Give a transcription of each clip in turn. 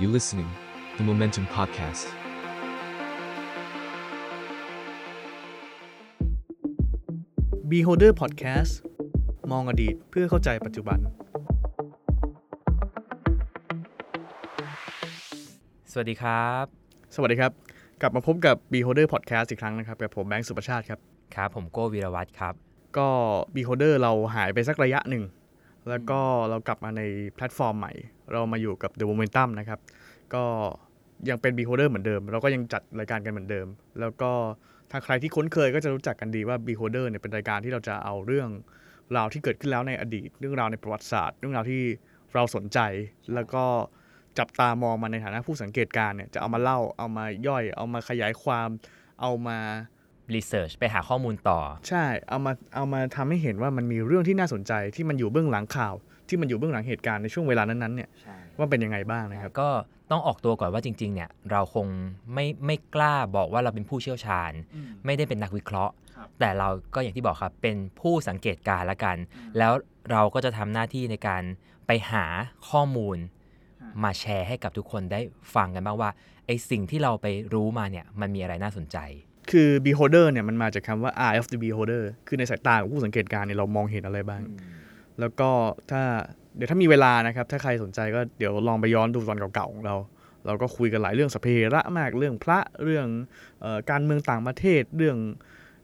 You listening, the Momentum Podcast. บีโฮเดอร์พอดแคสต์มองอดีตเพื่อเข้าใจปัจจุบัน สวัสดีครับ สวัสดีครับ กลับมาพบกับ b e h o l d e r Podcast อีกครั้งนะครับ กับผมแบงค์สุประชาติครับ ครับ ผมโกวีรวัตรครับ ก็ b e h o l d e r เราหายไปสักระยะหนึ่ง แล้วก็เรากลับมาในแพลตฟอร์มใหม่ เรามาอยู่กับ The Momentum นะครับ ก็ยังเป็น b e h o l d e r เหมือนเดิม เราก็ยังจัดรายการกันเหมือนเดิม แล้วก็ถ้าใครที่คุ้นเคยก็จะรู้จักกันดีว่า b e h o l d e r เนี่ยเป็นรายการที่เราจะเอาเรื่องราวที่เกิดขึ้นแล้วในอดีต เรื่องราวในประวัติศาสตร์ เรื่องราวที่เราสนใจ แล้วก็จับตามองมันในฐานะผู้สังเกตการณ์เนี่ยจะเอามาเล่า เอามาย่อย เอามาขยายความ เอามา รีเสิร์ชไปหาข้อมูลต่อ ใช่ เอามา เอามาทำให้เห็นว่ามันมีเรื่องที่น่าสนใจที่มันอยู่เบื้องหลังข่าว ที่มันอยู่เบื้องหลังเหตุการณ์ในช่วงเวลานั้นๆเนี่ยว่าเป็นยังไงบ้างนะครับ ก็ต้องออกตัวก่อนว่าจริง ๆ เนี่ย เราคงไม่ไม่กล้าบอกว่าเราเป็นผู้เชี่ยวชาญ ไม่ได้เป็นนักวิเคราะห์ ครับ แต่เราก็อย่างที่บอกครับ เป็นผู้สังเกตการณ์ละกัน แล้วเราก็จะทำหน้าที่ในการไปหาข้อมูล มาแชร์ให้กับทุกคนได้ฟังกันบ้างว่าไอสิ่งที่เราไปรู้มาเนี่ยมันมีอะไรน่าสนใจ คือ beholder เนี่ยมันมาจากคำว่า eye of the beholder คือในสายตาของผู้สังเกตการณ์เนี่ยเรามองเห็นอะไรบ้าง แล้วก็ถ้าเดี๋ยวถ้ามีเวลานะครับ ถ้าใครสนใจก็เดี๋ยวลองไปย้อนดูตอนเก่าๆของเรา เราก็คุยกันหลายเรื่องสพเพระมากเรื่องพระเรื่องเออการเมืองต่างประเทศเรื่อง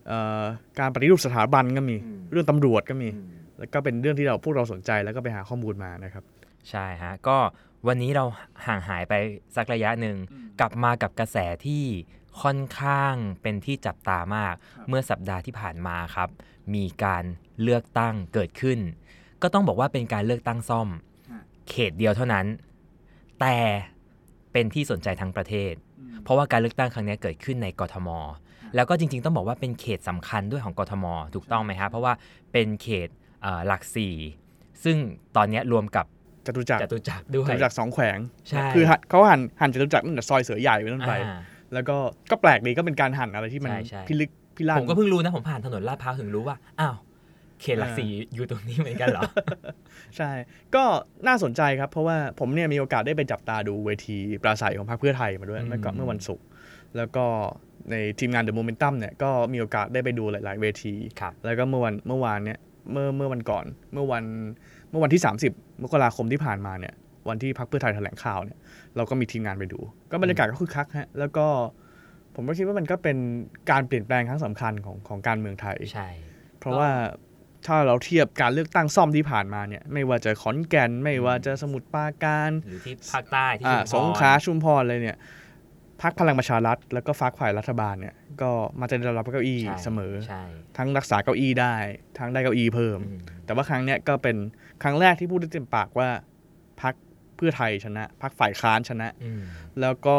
เออการปฏิรูปสถาบันก็มี เรื่องตำรวจก็มี แล้วก็เป็นเรื่องที่เราพวกเราสนใจแล้วก็ไปหาข้อมูลมานะครับ ใช่ฮะ ก็วันนี้เราห่างหายไปสักระยะหนึ่ง กลับมากับกระแสที่ค่อนข้างเป็นที่จับตามาก เมื่อสัปดาห์ที่ผ่านมาครับ มีการเลือกตั้งเกิดขึ้น ก็ต้องบอกว่าเป็นการเลือกตั้งซ่อม เขตเดียวเท่านั้น แต่เป็นที่สนใจทั้งประเทศ เพราะว่าการเลือกตั้งครั้งนี้เกิดขึ้นในกทม แล้วก็จริงๆ ต้องบอกว่าเป็นเขตสำคัญด้วยของกทม ถูกต้องไหมฮะเพราะว่าเป็นเขตเอ่อหลักสี่ซึ่งตอนนี้รวมกับ จตุจักร จตุจักรด้วย จตุจักรสองแขวง ใช่ คือหันเขาหันหันจตุจักรตั้งแต่ซอยเสือใหญ่ไปนั่นไป อ่า แล้วก็ก็แปลกดีก็เป็นการหันอะไรที่มัน ใช่ใช่ พิลึกพิลั่น ผมก็เพิ่งรู้นะ ผมผ่านถนนลาดพร้าวถึงรู้ว่า อ้าว เขตหลัก อ่า สี่อยู่ตรงนี้เหมือนกันเหรอ ใช่ ก็น่าสนใจครับ เพราะว่าผมเนี่ยมีโอกาสได้ไปจับตาดูเวทีปราศัยของพรรคเพื่อไทยมาด้วย อืม เมื่อก่อนเมื่อวันศุกร์แล้วก็ในทีมงานเดอะโมเมนตัมเนี่ยก็มีโอกาสได้ไปดูหลาย ๆ เวที ครับ แล้วก็เมื่อวันเมื่อวานเนี่ยเมื่อเมื่อวันก่อน เมื่อวันเมื่อวันที่ 30 มกราคมที่ผ่านมาเนี่ยวันที่พักเพื่อไทยแถลงข่าวเนี่ยเราก็มีทีมงานไปดู ก็บรรยากาศก็คึกคักฮะแล้วก็ผมก็คิดว่ามันก็เป็นการเปลี่ยนแปลงครั้งสำคัญของของการเมืองไทย ใช่ เพราะว่าถ้าเราเทียบการเลือกตั้งซ่อมที่ผ่านมาเนี่ยไม่ว่าจะขอนแก่นไม่ว่าจะสมุทรปราการ หรือที่ภาคใต้ที่ อ่า ชุสงมพรขลาชุมพรอะไรเนี่ยพักพลังประชารัฐ แล้วก็พักฝ่ายรัฐบาลเนี่ยก็มาจะได้รับเก้าอี้ ใช่ เสมอ ใช่ ทั้งรักษาเก้าอี้ได้ ทั้งได้เก้าอี้เพิ่ม อืม แต่ว่าครั้งเนี้ยก็เป็นครั้งแรกที่พูดได้เต็มปากว่าพักเพื่อไทยชนะพักฝ่ายค้านชนะ อืม แล้วก็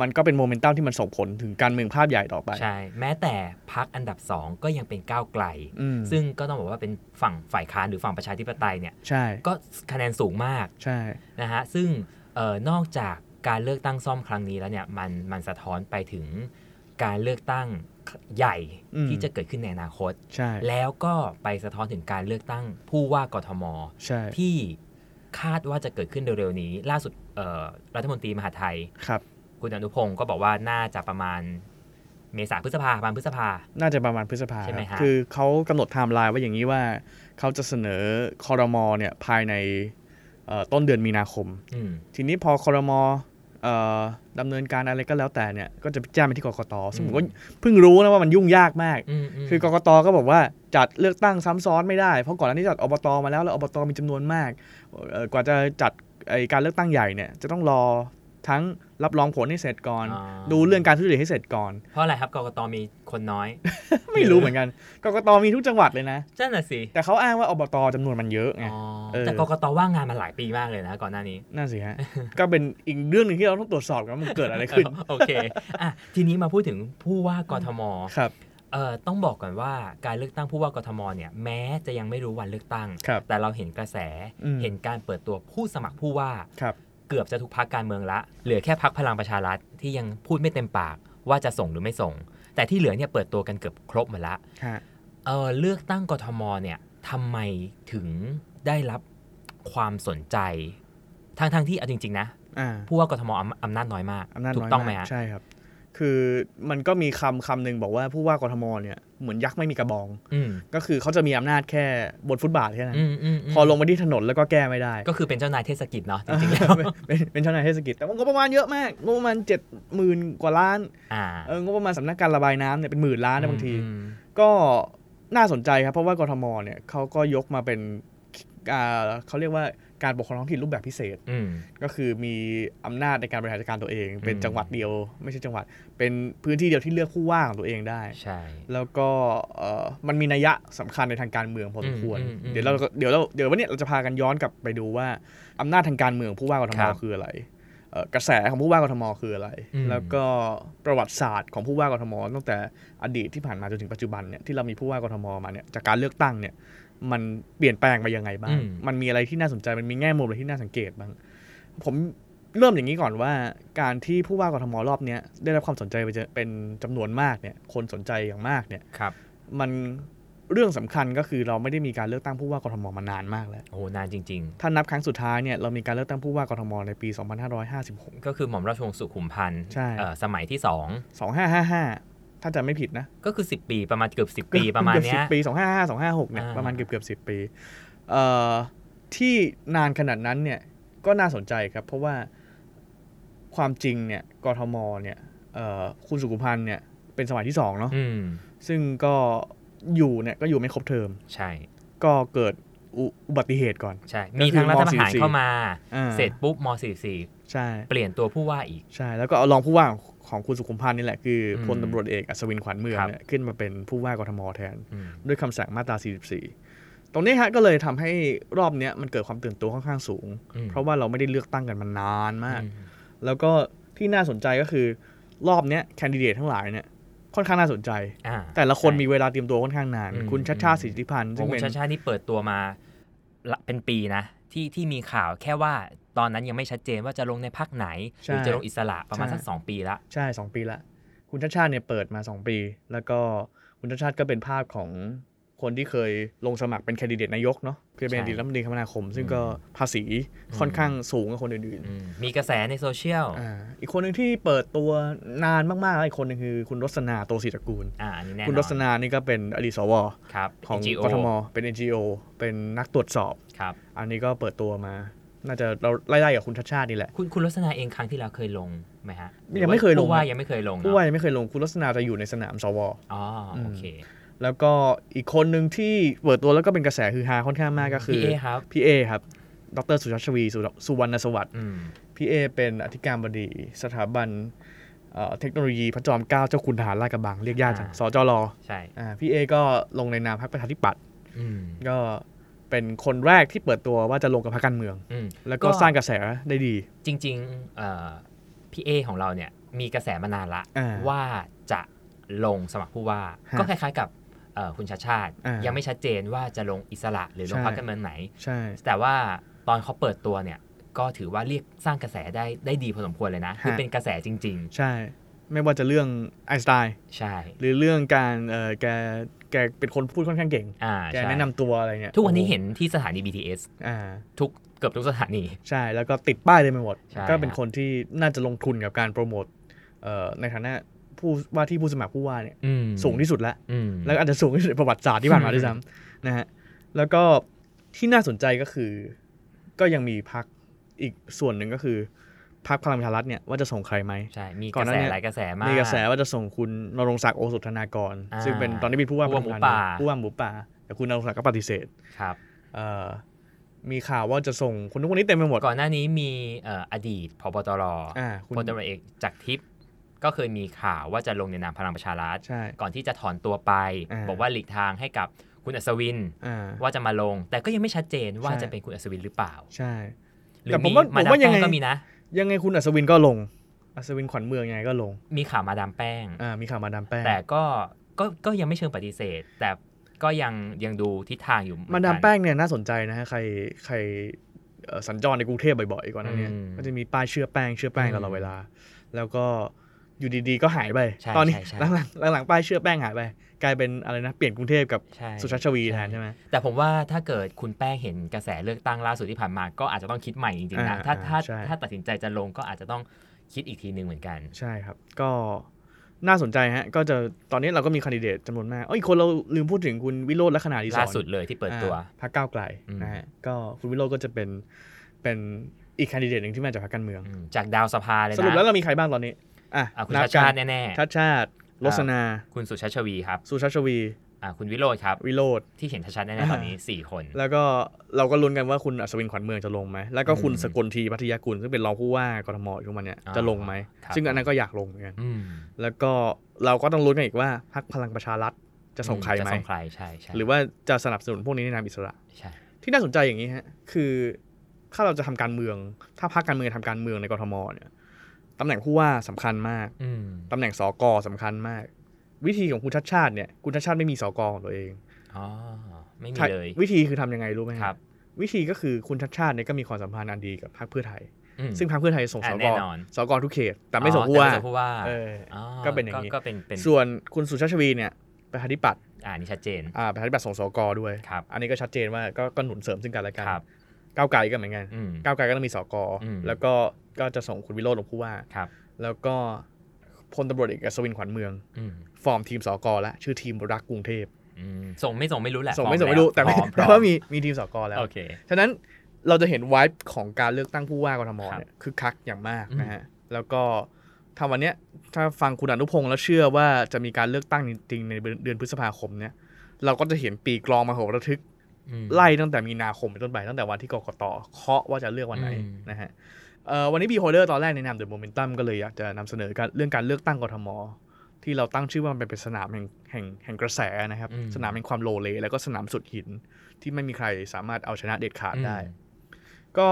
มันก็เป็นโมเมนตัมที่มันส่งผลถึงการเมืองภาพใหญ่ต่อไป ใช่ แม้แต่พักอันดับสองก็ยังเป็นก้าวไกล อืม ซึ่งก็ต้องบอกว่าเป็นฝั่งฝ่ายค้านหรือฝั่งประชาธิปไตยเนี่ย ใช่ ก็คะแนนสูงมาก ใช่ นะฮะซึ่งเออนอกจากการเลือกตั้งซ่อมครั้งนี้แล้วเนี่ยมันมันสะท้อนไปถึงการเลือกตั้งใหญ่ อืม ที่จะเกิดขึ้นในอนาคต ใช่ แล้วก็ไปสะท้อนถึงการเลือกตั้งผู้ว่ากทม ใช่ ที่คาดว่าจะเกิดขึ้นเร็วๆนี้ ล่าสุดเอ่อรัฐมนตรีมหาดไทย ครับ คุณอนุพงศ์ก็บอกว่าน่าจะประมาณเมษาพฤษภาประมาณพฤษภา น่าจะประมาณพฤษภา ใช่ไหม ครับ ฮะ คือเขากำหนดไทม์ไลน์ไว้อย่างนี้ว่าเขาจะเสนอคอรมอเนี่ยภายในเอ่อต้นเดือนมีนาคม อืม ทีนี้พอคอรมเออดำเนินการอะไรก็แล้วแต่เนี่ยก็จะแจ้งไปที่กกตซึ่งผมก็ อืม เพิ่งรู้นะว่ามันยุ่งยากมาก อืมม คือกกตก็บอกว่าจัดเลือกตั้งซ้ำซ้อนไม่ได้ เพราะก่อนหน้านี้จัดอบตมาแล้วแล้วอบตมีจำนวนมากเอ่อกว่าจะจัดไอ้การเลือกตั้งใหญ่เนี่ยจะต้องรอทั้งรับรองผลให้เสร็จก่อน ดูเรื่องการทุจริตให้เสร็จก่อน เพราะอะไรครับกกตมีคนน้อย ไม่รู้เหมือนกันกกตมีทุกจังหวัดเลยนะ จ้นน่ะสิ แต่เขาอ้างว่าอบตจำนวนมันเยอะไง อ๋อ เออ แต่กกตว่างงานมาหลายปีมากเลยนะก่อนหน้านี้ นั่นสิฮะ ก็เป็นอีกเรื่องหนึ่งที่เราต้องตรวจสอบกันว่ามันเกิดอะไรขึ้น โอ เคอ่ะทีนี้มาพูดถึงผู้ว่ากทม ครับ เอ่อต้องบอกก่อนว่าการเลือกตั้งผู้ว่ากทมเนี่ยแม้จะยังไม่รู้วันเลือกตั้ง ครับ แต่เราเห็นกระแส อืม เห็นการเปิดตัวผู้สมัครผู้ว่า ครับ เกือบจะทุกพักการเมืองละ เหลือแค่พักพลังประชารัฐที่ยังพูดไม่เต็มปากว่าจะส่งหรือไม่ส่ง แต่ที่เหลือเนี่ยเปิดตัวกันเกือบครบหมดละ ฮะ เออเลือกตั้งกทมเนี่ยทำไมถึงได้รับความสนใจทั้งทั้งๆที่เอาจริง ๆ นะ อ่า ผู้ว่ากทมอำอำนาจน้อยมาก อำนาจ ถู น้ ก อย ต้องไหม าก ฮะ ใช่ครับ คือมันก็มีคำคำหนึ่งบอกว่าผู้ว่ากทมเนี่ยเหมือนยักษ์ไม่มีกระบอง อืม ก็คือเขาจะมีอำนาจแค่บนฟุตบาทแค่นั้น อืมอืมม พอลงมาที่ถนนแล้วก็แก้ไม่ได้ ก็คือเป็นเจ้านายเทศกิจเนาะจริงๆแล้ว เป็นเป็นเป็นเจ้านายเทศกิจแต่ว่างบประมาณเยอะมากงบประมาณเจ็ดหมื่นกว่าล้าน อ่า เอองบประมาณสำนักการระบายน้ำเนี่ยเป็นหมื่นล้านนะบางที อืม ก็น่าสนใจครับ เพราะว่ากทมเนี่ยเขาก็ยกมาเป็นอ่าเขาเรียกว่าการปกครองท้องถิ่นรูปแบบพิเศษ อืม ก็คือมีอำนาจในการบริหารจัดการตัวเอง เป็น อืม จังหวัดเดียว ไม่ใช่จังหวัด เป็นพื้นที่เดียวที่เลือกผู้ว่าของตัวเองได้ ใช่ แล้วก็เอ่อมันมีนัยยะสำคัญในทางการเมืองพอสมควร อืมอืมอืม เดี๋ยวเราก็เดี๋ยวเราเดี๋ยววันเนี้ยเราจะพากันย้อนกลับไปดูว่าอำนาจทางการเมืองผู้ว่ากทมครับ คืออะไรเอ่อกระแสของผู้ว่ากทมคืออะไร อืม แล้วก็ประวัติศาสตร์ของผู้ว่ากทมตั้งแต่อดีตที่ผ่านมาจนถึงปัจจุบันเนี่ยที่เรามีผู้ว่ากทมมาเนี่ยจากการเลือกตั้งเนี่ยมันเปลี่ยนแปลงไปยังไงบ้าง อืม มันมีอะไรที่น่าสนใจมันมีแง่มุมอะไรที่น่าสังเกตบ้าง ผมเริ่มอย่างนี้ก่อนว่าการที่ผู้ว่ากทมรอบเนี้ยได้รับความสนใจไปเจอเป็นจำนวนมากเนี่ยคนสนใจอย่างมากเนี่ย ครับ มันเรื่องสำคัญก็คือเราไม่ได้มีการเลือกตั้งผู้ว่ากทมมานานมากแล้ว โอ้โหนานจริง ถ้านับครั้งสุดท้ายเนี่ยเรามีการเลือกตั้งผู้ว่ากทมในปี 2556 ๆ ก็คือหม่อมราชวงศ์สุขุมพันธ์ ใช่ เอ่อสมัยที่ 2555 ถ้าจำไม่ผิดนะ 2 ก็คือ 10 ปีประมาณเกือบ 10 ปีประมาณเนี้ย เกือบ10 ปี 2555 256เนี่ย อ่า ประมาณเกือบเกือบ10 ปีเอ่อที่นานขนาดนั้นเนี่ยก็น่าสนใจครับ เพราะว่าความจริงเนี่ยกทมเนี่ยเอ่อคุณสุขุมพันธ์เนี่ยเป็นสมัยที่สองเนาะ อืม ซึ่งก็อยู่เนี่ยก็อยู่ไม่ครบเทอม ใช่ ก็เกิดอุอุบัติเหตุก่อน ใช่ ก็ มี คือ ทั้งรัฐประหาร ม .44 เข้ามา อ่า เสร็จปุ๊บม .44 ใช่ เปลี่ยนตัวผู้ว่าอีก ใช่ แล้วก็เอารองผู้ว่าของของคุณสุขุมพันธ์นี่แหละคืออ ม พลตำรวจเอกอัศวินขวัญเมือง ครับ เนี่ยขึ้นมาเป็นผู้ว่ากทมแทน อืม ด้วยคำสั่งมาตรา 44 ตรงนี้ฮะก็เลยทำให้รอบเนี้ยมันเกิดความตื่นตัวค่อนข้างสูง อืม เพราะว่าเราไม่ได้เลือกตั้งกันมานานมาก อืม แล้วก็ที่น่าสนใจก็คือรอบเนี้ยแคนดิเดตทั้งหลายเนี่ยค่อนข้างน่าสนใจ อ่า แต่ละคนมีเวลาเตรียมตัวค่อนข้างนาน อืม คุณชัชชาติ อืม สิทธิพันธ์ ขอ ซึ่ ง ง คุ เป็ ณ น ชาติชาตินี่เปิดตัวมาละเป็นปีนะ ที่ที่มีข่าวแค่ว่าตอนนั้นยังไม่ชัดเจนว่าจะลงในพักไหน หรือจะลงอิสระประมาณสักสองปีละ ใช่สองปีละ คุณชัชชาติเนี่ยเปิดมาสองปี แล้วก็คุณชัชชาติก็เป็นภาพของคนที่เคยลงสมัครเป็นแคนดิเดตนายกเนาะคือเป็น ใช่ อดีตรัฐมนตรีคมนาคม ซึ่ง อืม ก็ภาษีค่อนข้างสูงกว่าคนอื่น อืมมีกระแสในโซเชียล ๆอ่าอีกคนหนึ่งที่เปิดตัวนานมากๆแล้วอีกคนหนึงคือคุณรสนาโตศิตระกูล อ่าอันนี้แน่นอน คุณรสนานี่ก็เป็นอดีตสว ครับ ของ NGO กทมเป็น NGO เป็นนักตรวจสอบ ครับ อันนี้ก็เปิดตัวมา น่าจะเราไล่ๆกับคุณชัชชาตินี่แหละ คุณคุณลักษณะเองครั้งที่แล้วเคยลงไหมฮะ ยังไม่เคยลง ผู้ว่ายังไม่เคยลง ผู้ เนาะ ว่ายังไม่เคยลงคุณรสนาจะอยู่ในสนามสว อ๋ออ ม โอเค แล้วก็อีกคนหนึ่งที่เปิดตัวแล้วก็เป็นกระแสฮือฮาค่อนข้างมากก็คือ พี่เอครับ พี่เอครับ ดรสุชาติชวีสุรสุวรรณสวัสดิ์ อืม พี่เอเป็นอธิการบดีสถาบันเอ่อเทคโนโลยีพระจอมเกล้าเจ้าคุณทหารราชกระบังเรียกยากจังสจร ใช่ อ่าพี่เอก็ลงในนามพรรคประชาธิปัตย์ อืม ก็เป็นคนแรกที่เปิดตัวว่าจะลงกับพรรคการเมือง อืม แล้วก็ ก็ สร้างกระแสได้ดี จริงๆเอ่อพี่เอของเราเนี่ยมีกระแสมานานละ อ่า ว่าจะลงสมัครผู้ว่า ฮะ ก็คล้ายๆกับเอ่อคุณชาติชาติ อ่ายั ยังไม่ชัดเจนว่าจะลงอิสระหรือลง ใช่ พรรคการเมืองไหน ใช่ แต่ว่าตอนเขาเปิดตัวเนี่ย ก็ถือว่าเรียกสร้างกระแสได้ได้ดีพอสมควรเลยนะ คือ ฮะ เป็นกระแสจริง ใช่ ไม่ว่าจะเรื่องไอน์สไตน์ ๆ ใช่ หรือเรื่องการเอ่อแกแกเป็นคนพูดค่อนข้างเก่ง อ่า แก ใช่ แนะนำตัวอะไรเนี่ย ทุกวันนี้ โอ้โ เห็นที่สถานี BTS อ่า ทุกเกือบทุกสถานี ใช่แล้วก็ติดป้ายเลยไปหมด ใช่ ก็เป็น ฮะ คนที่น่าจะลงทุนกับการโปรโมทเอ่อในฐานะผู้ว่าที่ผู้สมัครผู้ว่าเนี่ย อืม สูงที่สุดแล้ว อืม แล้วอาจจะสูงที่สุดในประวัติศาสตร์ที่ผ่านมาด้วยซ้ำนะฮะแล้วก็ที่น่าสนใจก็คือ ก็ยังมีพักอีกส่วนหนึ่งก็คือพักพลังประชารัฐเนี่ยว่าจะส่งใครไหม ใช่ มี ก่ ก อน ระ หน้า แส เนี่ย หลายกระแสมาก มีกระแสว่าจะส่งคุณนรงศักดิ์โอสถธนากร อ่า ซึ่งเป็นตอนนี้เป็นผู้ว่า ผู้ว่าหมู ป ป่า ผู้ว่าหมูป่าแต่คุณนรงศักดิ์ก็ปฏิเสธ ครับ เอ่อมีข่าวว่าจะส่งคนทุกคนนี้เต็มไปหมด ก่อนหน้านี้มีเอ่ออดีตพบตร อ่าคุณ พลตำรวจเอกจากรทิพย์ก็เคยมีข่าวว่าจะลงในนามพลังประชารัฐ ใช่ ก่อนที่จะถอนตัวไป อ่า บอกว่าหลีกทางให้กับคุณอัศวิน อ่า ว่าจะมาลง แต่ก็ยังไม่ชัดเจนว่า ใช่ จะเป็นคุณอัศวินหรือเปล่า ใช่ หรื แต่ อ ผมว่าผมว่า ด ยังไง แป้ก็มีนะ ยังไงคุณอัศวินก็ลง อัศวินขวัญเมืองยังไงก็ลง มีข่าวมาดามแป้ง อ่ามีข่าวมาดามแป้ง แต่ก็ก็ก็ยังไม่เชิงปฏิเสธ แต่ก็ยังยังดูทิศทางอยู่เหอนกัน มาดามแป้งเนี่ยน่าสนใจนะฮะใครใครเอ่อสัญจรในกรุงเทพบ่อยๆก่อนหนั้านเนี่ย อืม ก็จะมีป้ายเชื่อแป้งเชื่อแป้ง อืม ตลอดเวลา แล้วก็ อยู่ดีๆก็หายไป ใช่ ตอนนี้ ใช่ใช่ หลังๆหลังๆป้ายเชื่อแป้งหายไป กลายเป็นอะไรนะเปลี่ยนกรุงเทพกับ ใช่ สุชาติชวีแทนใช่ไหม แต่ผมว่าถ้าเกิดคุณแป้งเห็นกระแสเลือกตั้งล่าสุดที่ผ่านมาก็อาจจะต้องคิดใหม่จริงๆนะ อ่า ถ้า อ่า ถ้า ใช่ ถ้าตัดสินใจจะลงก็อาจจะต้องคิดอีกทีหนึ่งเหมือนกัน ใช่ครับ ก็น่าสนใจฮะ ก็จะตอนนี้เราก็มีคนดิเดตจำนวนมากเอ้ยคนเราลืมพูดถึงคุณวิโรจน์ลักษณะดีสอน ล่าสุดเลยที่เปิดตัว อ่าพรรคก้าวไกล อืม นะฮะก็คุณวิโรจน์ก็จะเป็นเป็นอีกคนดิเดตหนึ่งที่มาจากพรรคการเมือง อืมจากดาวสภาเลยนะ สรุปแล้วเรามีใครบ้างตอนนี้อ่ะ อ่ะคุณ นับ ชากัติชาน ติแน่ ชาติชาติโรสนา ๆคุณสุชาติชวีครับ สุชาติชวี อ่ะคุณวิโรจน์ครับ วิโรจน์ ที่เห็นชัดๆแน่ๆตอนนี้ 4 คน แล้วก็เราก็ลุ้นกันว่าคุณอัศวินขวัญเมืองจะลงไหม แล้วก็คุณ อืม สกลทีพัทยากุลซึ่งเป็นรองผู้ว่ากทมอยู่ทุกวันเนี่ย อ่า จะลงไหม ครับ ซึ่งอันนั้นก็อยากลงเหมือนกัน อืม แล้วก็เราก็ต้องลุ้นกันอีกว่าพรรคพลังประชารัฐจะส่งใคร จะ ไหม ส่งใครใช่ใช่ หรือว่าจะสนับสนุนพวกนี้ในนามอิสระ ใช่ ที่น่าสนใจอย่างนี้ฮะ คือถ้าเราจะทำการเมือง ถ้าพรรคการเมืองทำการเมืองในกทมเนี่ยตำแหน่งผู้ว่าสำคัญมาก อืม ตำแหน่งสกสำคัญมาก วิธีของคุณชัดชาติเนี่ยคุณชัดชาติไม่มีสกของตัวเอง อ๋อไม่มี ใช่ เลย วิธีคือทำยังไงรู้ไหม ครับ วิธีก็คือคุณชัดชาติเนี่ยก็มีความสัมพันธ์อันดีกับพรรคเพื่อไทย อืม ซึ่งพรรคเพื่อไทยส่งส อ่ะ ก แน่นอน สกทุกเขต แต่ไม่ส่ง อ๋อ ผู้ว่า แต่ไม่ส่งผู้ว่า เอออ อ ก็เป็นอย่างนี้ ก็เป็นเป็น ส่วนคุณสุชาติชวีเนี่ยประชาธิปัตย์ อ่านี่ชัดเจน อ่าประชาธิปัตย์ส่งสกด้วย ครับ อันนี้ก็ชัดเจนว่าก็ก็หนุนเสริมซึ่งกันและกัน ครับ ก้าวไกลก็เหมือนกัน อืม ก้าวไกลก็ต้องมีสก อืม แล้วก็ก็จะส่งคุณวิโรจน์ลงผู้ว่า ครับ แล้วก็พลตำรวจเอกอัศวินขวัญเมือง อืม ฟอร์มทีมสกและชื่อทีมรักกรุงเทพ อืมส่งไม่ส่งไม่รู้แหละ ส่ง พอ ไม่ส่งไม่รู้ แต่ พ ว่า ร้อมพร้ แต่ อ ว่าม มีมีทีมสกแล้ว โอเค ฉะนั้นเราจะเห็นวายของการเลือกตั้งผู้ว่ากทม ครับ เนี่ยคือคักอย่างมาก อืม นะฮะ แล้วก็ถ้าวันเนี้ยถ้าฟังคุณอนุพงษ์แล้วเชื่อว่าจะมีการเลือกตั้งจริงๆในเดือนพฤษภาคมเนี่ยเราก็จะเห็นปีกลองมาโหระทึก อืม ไล่ตั้งแต่มีนาคมเป็นต้นไปตั้งแต่วันที่กกตเคาะว่าจะเลือกวันไหน อืม นะฮะเอ่อวันนี้บีโฮเดอร์ตอนแรกในนามเดอะโมเมนตัมก็เลยอยากจะนำเสนอการเรื่องการเลือกตั้งกทม ที่เราตั้งชื่อว่ามันเป็นสนามแห่งแห่งแห่งกระแสนะครับ สนามแห่งความโลเล แล้วก็สนามสุดหินที่ไม่มีใครสามารถเอาชนะเด็ดขาดได้ ก็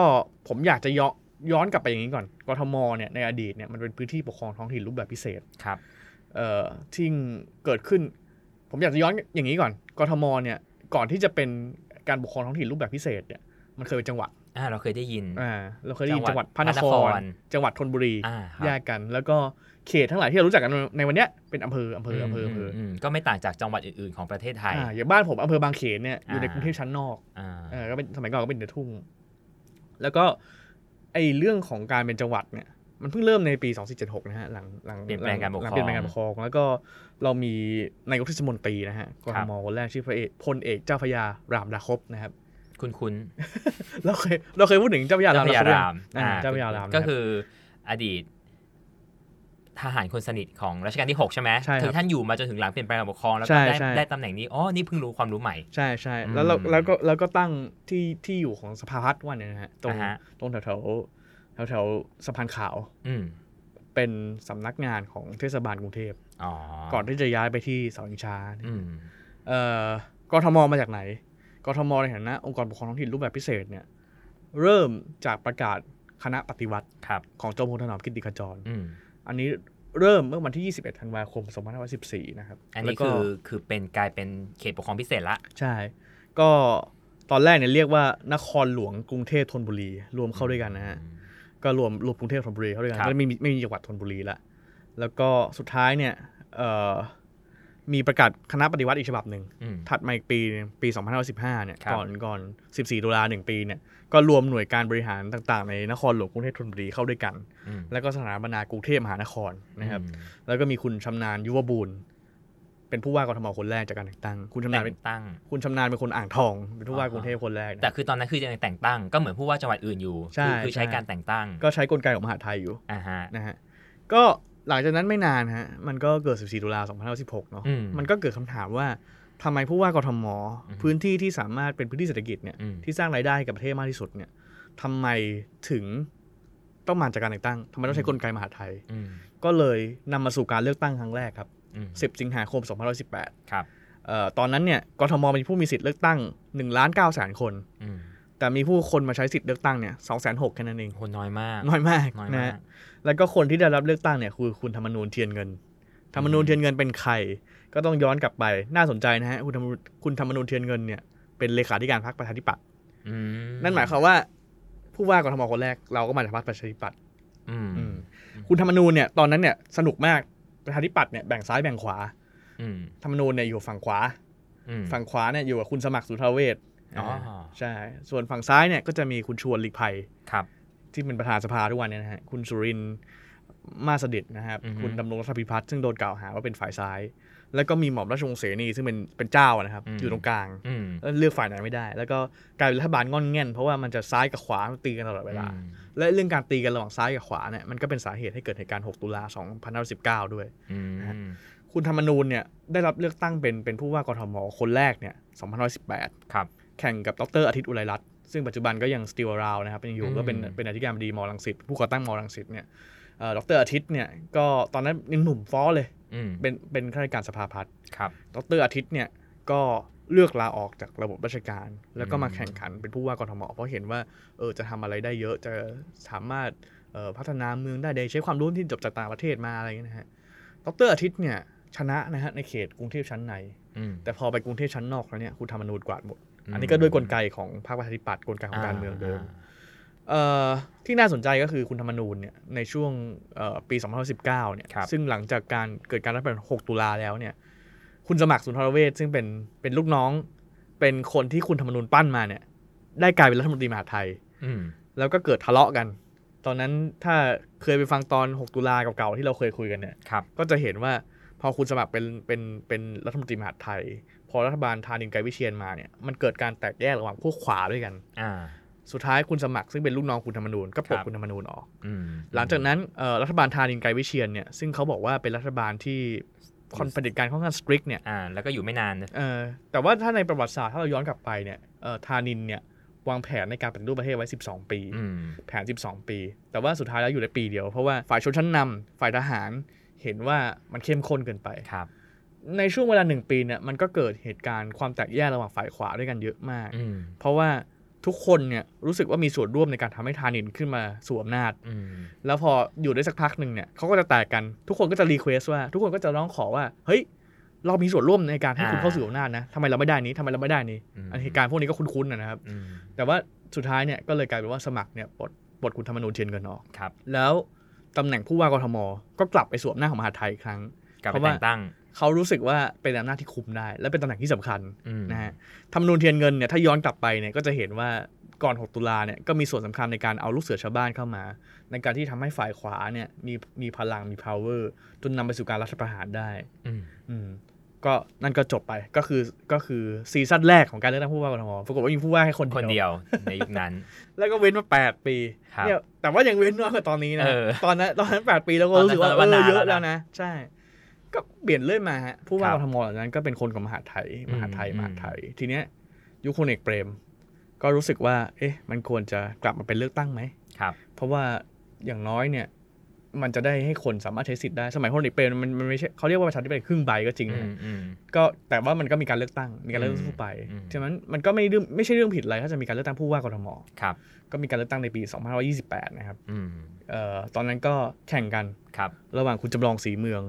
ผมอยากจะย้อนย้อนกลับไปอย่างนี้ก่อนกทมเนี่ยในอดีตเนี่ยมันเป็นพื้นที่ปกครองท้องถิ่นรูปแบบพิเศษ ครับ เอ่อที่เกิดขึ้น ผมอยากจะย้อนอย่างนี้ก่อนกทมเนี่ยก่อนที่จะเป็นการปกครองท้องถิ่นรูปแบบพิเศษเนี่ยมันเคยเป็นจังหวัด อ่าเราเคยได้ยิน อ่าเราเคยได้ยิน จั จังงห ห วั วั ด ดพระนค พระนค ร ร จังหวัดธนบุรี อ่าครับ แยกกัน แล้วก็เขตทั้งหลายที่เรารู้จักกันในวันเนี้ยเป็นอำเภออำเภออำเภออำเภออ มก็ไม่ต่างจากจังหวัดอื่น ๆ ของประเทศไทย อ่าอย่างบ้านผมอำเภอบางเขนเนี่ยอยู่ใน อ่าก ก รุงเทพชั้นนอก อ่า เออก็เป็นสมัยก่อนก็เป็นเดทุ่ง แล้วก็ไอเรื่องของการเป็นจังหวัดเนี่ยมันเพิ่งเริ่มในปี 2476นะฮะหลังหลัง เปลี่ยนแปลงการปกครอง เปลี่ยนแปลงการปกครองแล้วก็เรามีนายกเทศมนตรีนะฮะก ค ท รับ มคนแรกชื่อพระเอกพลเอกเจ้าพระยารามดาคบนะครับ คุณคุณ เราเคยเราเคยพูดถึงเจ้าพระยารามดาคบ ราม อ่าเจ้าพระยารามนะรับ ก็คืออดีต ทหารคนสนิทของรัชกาลที่ 6 ใช่ไหม ใช่ครับ คือท่านอยู่มาจนถึงหลังเปลี่ยนแปลงการปกครอง แล้ว ใช่ ก็ได้ ใช่ ได้ตำแหน่งนี้ อ๋อ นี่เพิ่งรู้ความรู้ใหม่ ใช่ใช่แล้วเรา อืม แล้วก็แล้วก็ตั้งที่ที่อยู่ของสภาพัฒน์วันเนี่ยนะฮะตรง อ่าฮะ ตรงแถวแถวแถวแถวๆสะพานขาว อืม เป็นสำนักงานของเทศบาลกรุงเทพ อ๋อ ก่อนที่จะย้ายไปที่เสาอิงช้าเนี่ย อืม เอ่อกทมมาจากไหน กทมในฐานะองค์กรปกครองท้องถิ่นรูปแบบพิเศษเนี่ยเริ่มจากประกาศคณะปฏิวัติ ครับ ของจอมพลถนอมกิตติขจร อืม อันนี้เริ่มเมื่อวันที่ 21 ธันวาคม 2514 นะครับ อัน แล้ นี้ วก็ คือคือเป็นกลายเป็นเขตปกครองพิเศษละ ใช่ ก็ตอนแรกเนี่ยเรียกว่านครหลวงกรุงเทพธนบุรี รวมเข้าด้วยกันนะฮะ ก็รวมรวมกรุงเทพธนบุรีเข้าด้วยกัน ครับ ก็ไม่มีไม่มีจังหวัดธนบุรีละแล้วก็สุดท้ายเนี่ยเอ่อมีประกาศคณะปฏิวัติอีกฉบับหนึ่ง อืม ถัดมาอีกปีหนึ่งปี 2515เนี่ย ครับ ก่อนก่อน 14 ตุลาหนึ่งปีเนี่ยก็รวมหน่วยการบริหารต่างๆ ในนครหลวงกรุงเทพธนบุรีเข้าด้วยกัน อืม แล้วก็สถาปนากรุงเทพมหานครนะครับ อืม แล้วก็มีคุณชำนาญยุวบูรณ์เป็นผู้ว่ากทมคนแรกจากการแต่งตั้ง คุณชำนาญเป็ แต่ น งตั้ง คุณชำนาญเป็นคนอ่างทอง เป็นผู้ว่ากรุงเทพคนแรกนะ แต่คือตอนนั้นคือยังแต่งตั้งก็เหมือนผู้ว่าจังหวัดอื่นอยู่ ใช่ คือคือใช้ ใช่ การแต่งตั้ง ก็ใช้กลไกของมหาดไทยอยู่ อ่าฮะ นะฮะก็หลังจากนั้นไม่นานฮะมันก็เกิด 14 ตุลา2516เนาะ อืม มันก็เกิดคำถามว่าทำไมผู้ว่ากทม อืม พื้นที่ที่สามารถเป็นพื้นที่เศรษฐกิจเนี่ย อืม ที่สร้างรายได้ให้กับประเทศมากที่สุดเนี่ยทำไมถึงต้องมาจากการแต่งตั้งทำไมต้องใช้กลไกมหาดไทย อืม ก็เลยนำมาสู่การเลือกตั้งครั้งแรกครับ อืม 10 สิงหาคม 2518 ครับ เอ่อตอนนั้นเนี่ยกทมมีผู้มีสิทธิ์เลือกตั้ง1ล้าน9แสนคน อืม แต่มีผู้คนมาใช้สิทธิ์เลือกตั้งเนี่ย2แสน6แค่นั้นเอง โหน้อยมาก น้อยมาก น้อย นะ มาก ฮะแล้วก็คนที่ได้รับเลือกตั้งเนี่ยคือคุณธรรมนูญเทียนเงิน ธรรมนูญเทียนเงินเป็นใคร ก็ต้องย้อนกลับไปน่าสนใจนะฮะคุณธรรมนูญคุณธรรมนูญเทียนเงินเนี่ยเป็นเลขาธิการพรรคประชาธิปัตย์ อืม นั่นหมายความว่าผู้ว่ากทมคนแรกเราก็มาจากพรรคประชาธิปัตย์ อืม อืม คุณธรรมนูญเนี่ยตอนนั้นเนี่ยสนุกมากประชาธิปัตย์เนี่ยแบ่งซ้ายแบ่งขวา อืม ธรรมนูญเนี่ยอยู่ฝั่งขวา อืม ฝั่งขวาเนี่ยอยู่กับคุณสมัครสุทธาเวช อ๋ออ่ ใช่ส่วนฝั่งซ้ายเนี่ยก็จะมีคุณชวนหลีกภัย ครับ ที่เป็นประธานสภาทุกวันเนี่ยนะฮะคุณสุรินทร์มาสดิษฐ์นะครับ อือฮึ คุณดำรงรัฐพิพัฒน์ซึ่งโดนกล่าวหาว่าเป็นฝ่ายซ้าย แล้วก็มีหม่อมราชวงศ์เสนีซึ่งเป็นเป็นเจ้านะครับ อยู่ตรงกลาง อืม แล้วเลือกฝ่ายไหนไม่ได้ แล้วก็กลายเป็นรัฐบาลงอนแง่น เพราะว่ามันจะซ้ายกับขวามันตีกันตลอดเวลา อืม และเรื่องการตีกันระหว่างซ้ายกับขวาเนี่ยมันก็เป็นสาเหตุให้เกิดเหตุการณ์ 6 ตุลา2519 ด้วย อืม คุณธรรมนูญเนี่ยได้รับเลือกตั้งเป็นเป็นผู้ว่ากทมคนแรกเนี่ย2518 ครับ แข่งกับดรอาทิตย์อุไรรัตน์ซึ่งปัจจุบันก็ยังสติวราวนะครับยังอยู่ อืม ก็เป็นเป็นอธิการบดีมอลังสิตผู้ก่อตั้งมอลังสิตเนี่ยเอ่อดรอาทิตย์เนี่ยก็ตอนนั้นยังหนุ่มฟ้อเลย อืม เป็นเป็นข้าราชการสภาพัฒน์ ครับ ดรอาทิตย์เนี่ยก็เลือกลาออกจากระบบราชการ แล้วก็มา อืม แข่งขันเป็นผู้ว่ากทมเพราะเห็นว่าเออจะทำอะไรได้เยอะจะสามารถเอ่อพัฒนาเมืองได้ได้ใช้ความรู้ที่จบจากต่างประเทศมาอะไรอย่างเงี้ยนะฮะดรอาทิตย์เนี่ยชนะนะฮะในเขตกรุงเทพชั้นใน อืม แต่พอไปกรุงเทพชั้นนอกแล้วเนี่ยคุณธรรมนูญกวาดหมด อืม อันนี้ก็ด้วยกลไกของพรรคประชาธิปัตย์กลไกของการเมืองเดิมเอ่อที่น่าสนใจก็คือคุณธรรมนูญเนี่ยในช่วงเอ่อปี 2019เนี่ย ครับ ซึ่งหลังจากการเกิดการรัฐประหาร6 ตุลาแล้วเนี่ยคุณสมัครสุนทรเวชซึ่งเป็นเป็นลูกน้อง เป็นคนที่คุณธรรมนูญปั้นมาเนี่ยได้กลายเป็นรัฐมนตรีมหาดไทย อืม แล้วก็เกิดทะเลาะกัน ตอนนั้นถ้าเคยไปฟังตอน 6 ตุลาเก่าๆที่เราเคยคุยกันเนี่ย ครับ ก็จะเห็นว่าพอคุณสมัครเป็นเป็นเป็นรัฐมนตรีมหาดไทย พอรัฐบาลทานินไกรวิเชียนมาเนี่ยมันเกิดการแตกแยกระหว่างพวกขวาด้วยกัน อ่า สุดท้ายคุณสมัครซึ่งเป็นลูกน้องคุณธรรมนูญก็ปลด ครับ คุณธรรมนูญออก อืม หลังจากนั้นเอ่อรัฐบาลทานินไกรวิเชียนเนี่ยซึ่งเขาบอกว่าเป็นรัฐบาลที่คอนเผด็จการค่อนข้างสตริกเนี่ย อ่า แล้วก็อยู่ไม่นานนะ เอ่อแต่ว่าถ้าในประวัติศาสตร์ถ้าเราย้อนกลับไปเนี่ยเอ่อทานินเนี่ยวางแผนในการปฏิรูปประเทศไว้ 12 ปี อืม แผน 12 ปี แต่ว่าสุดท้ายแล้วอยู่ได้ปีเดียว เพราะว่าฝ่ายชนชั้นนำฝ่ายทหารเห็นว่ามันเข้มข้นเกินไป ครับ ในช่วงเวลาหนึ่งปีเนี่ยมันก็เกิดเหตุการณ์ความแตกแยกระหว่างฝ่ายขวาด้วยกันเยอะมาก อืม เพราะว่าทุกคนเนี่ยรู้สึกว่ามีส่วนร่วมในการทำให้ทานินขึ้นมาสู่อำนาจ อืม แล้วพออยู่ได้สักพักหนึ่งเนี่ยเขาก็จะแตกกันทุกคนก็จะรีเควสว่า ทุกคนก็จะร้องขอว่าเฮ้ยเรามีส่วนร่วมในการให้คุณเข้าสู่อำนาจนะทำไมเราไม่ได้นี้ทำไมเราไม่ได้นี้ อืม อันเหตุการณ์พวกนี้ก็คุ้นๆนะครับ อืม แต่ว่าสุดท้ายเนี่ยก็เลยกลายเป็นว่าสมัครเนี่ยปลดปลดคุณธรรมนูญเทียนเงินออก ครับ แล้วตำแหน่งผู้ว่ากทมก็กลับไปสวมหน้าจของมหาดไทยอีกครั้ง กลับ เพ ไป ราะว่า แต่งตั้ง เขารู้สึกว่าเป็นอำนาจที่คุมได้ และเป็นตำแหน่งที่สำคัญ อืม นะฮะธรรมนูญเทียนเงินเนี่ยถ้าย้อนกลับไปเนี่ยก็จะเห็นว่าก่อน 6 ตุลาเนี่ยก็มีส่วนสำคัญในการเอาลูกเสือชาวบ้านเข้ามา ในการที่ทำให้ฝ่ายขวาเนี่ยมีมีพลังมี power จนนำไปสู่การรัฐประหารได้ อืม อืมก็นั่นก็จบไปก็คือก็คือซีซั่นแรกของการเลือกตั้งผู้ว่ากทมปรากฏว่ามีผู้ว่าแค่คน คน เดี เดี ยว ยวในยุคนั้น แล้วก็เว้นมา 8 ปี ครับ เนี่ยแต่ว่ายังเว้นน้อยกว่าตอนนี้นะ เออ ตอนนั้นตอนนั้น 8 ปีแล้วก็ ตอนนั้น รู้สึกว่า ตอน เอ นั้อนว่า เยอะ นานแล้ แล้ว วนะ ใช่ ก็เปลี่ยนเรื่อยมาฮะผู้ว่า ครั ก บ ทมเหล่านั้นก็เป็นคนของมหาดไทยมหาดไทย อืม มหาดไทย ทีเนี้ยยุคคนเอกเปรม ก็รู้สึกว่า เอ๊ะ มันควรจะกลับมาเป็นเลือกตั้งไหม ครับ เพราะว่าอย่างน้อยเนี่ย มันจะได้ให้คนสามารถใช้สิทธิ์ได้ สมัยคนเอกเปรมมันมันไม่ใช่เขาเรียกว่าประชาธิปไตยครึ่งใบก็จริง อื นะ มอืม ก็แต่ว่ามันก็มีการเลือกตั้งมีการเลือกตั้งทั่วไป อืม ฉะนั้นมันก็ไม่ได้เรื่องไม่ใช่เรื่องผิดอะไรถ้าจะมีการเลือกตั้งผู้ว่ากทม ครับ ก็มีการเลือกตั้งในปี 2528 นะครับ อืม เอ่อ ตอนนั้นก็แข่งกัน ครับ ระหว่างคุณจำลองสีเมือง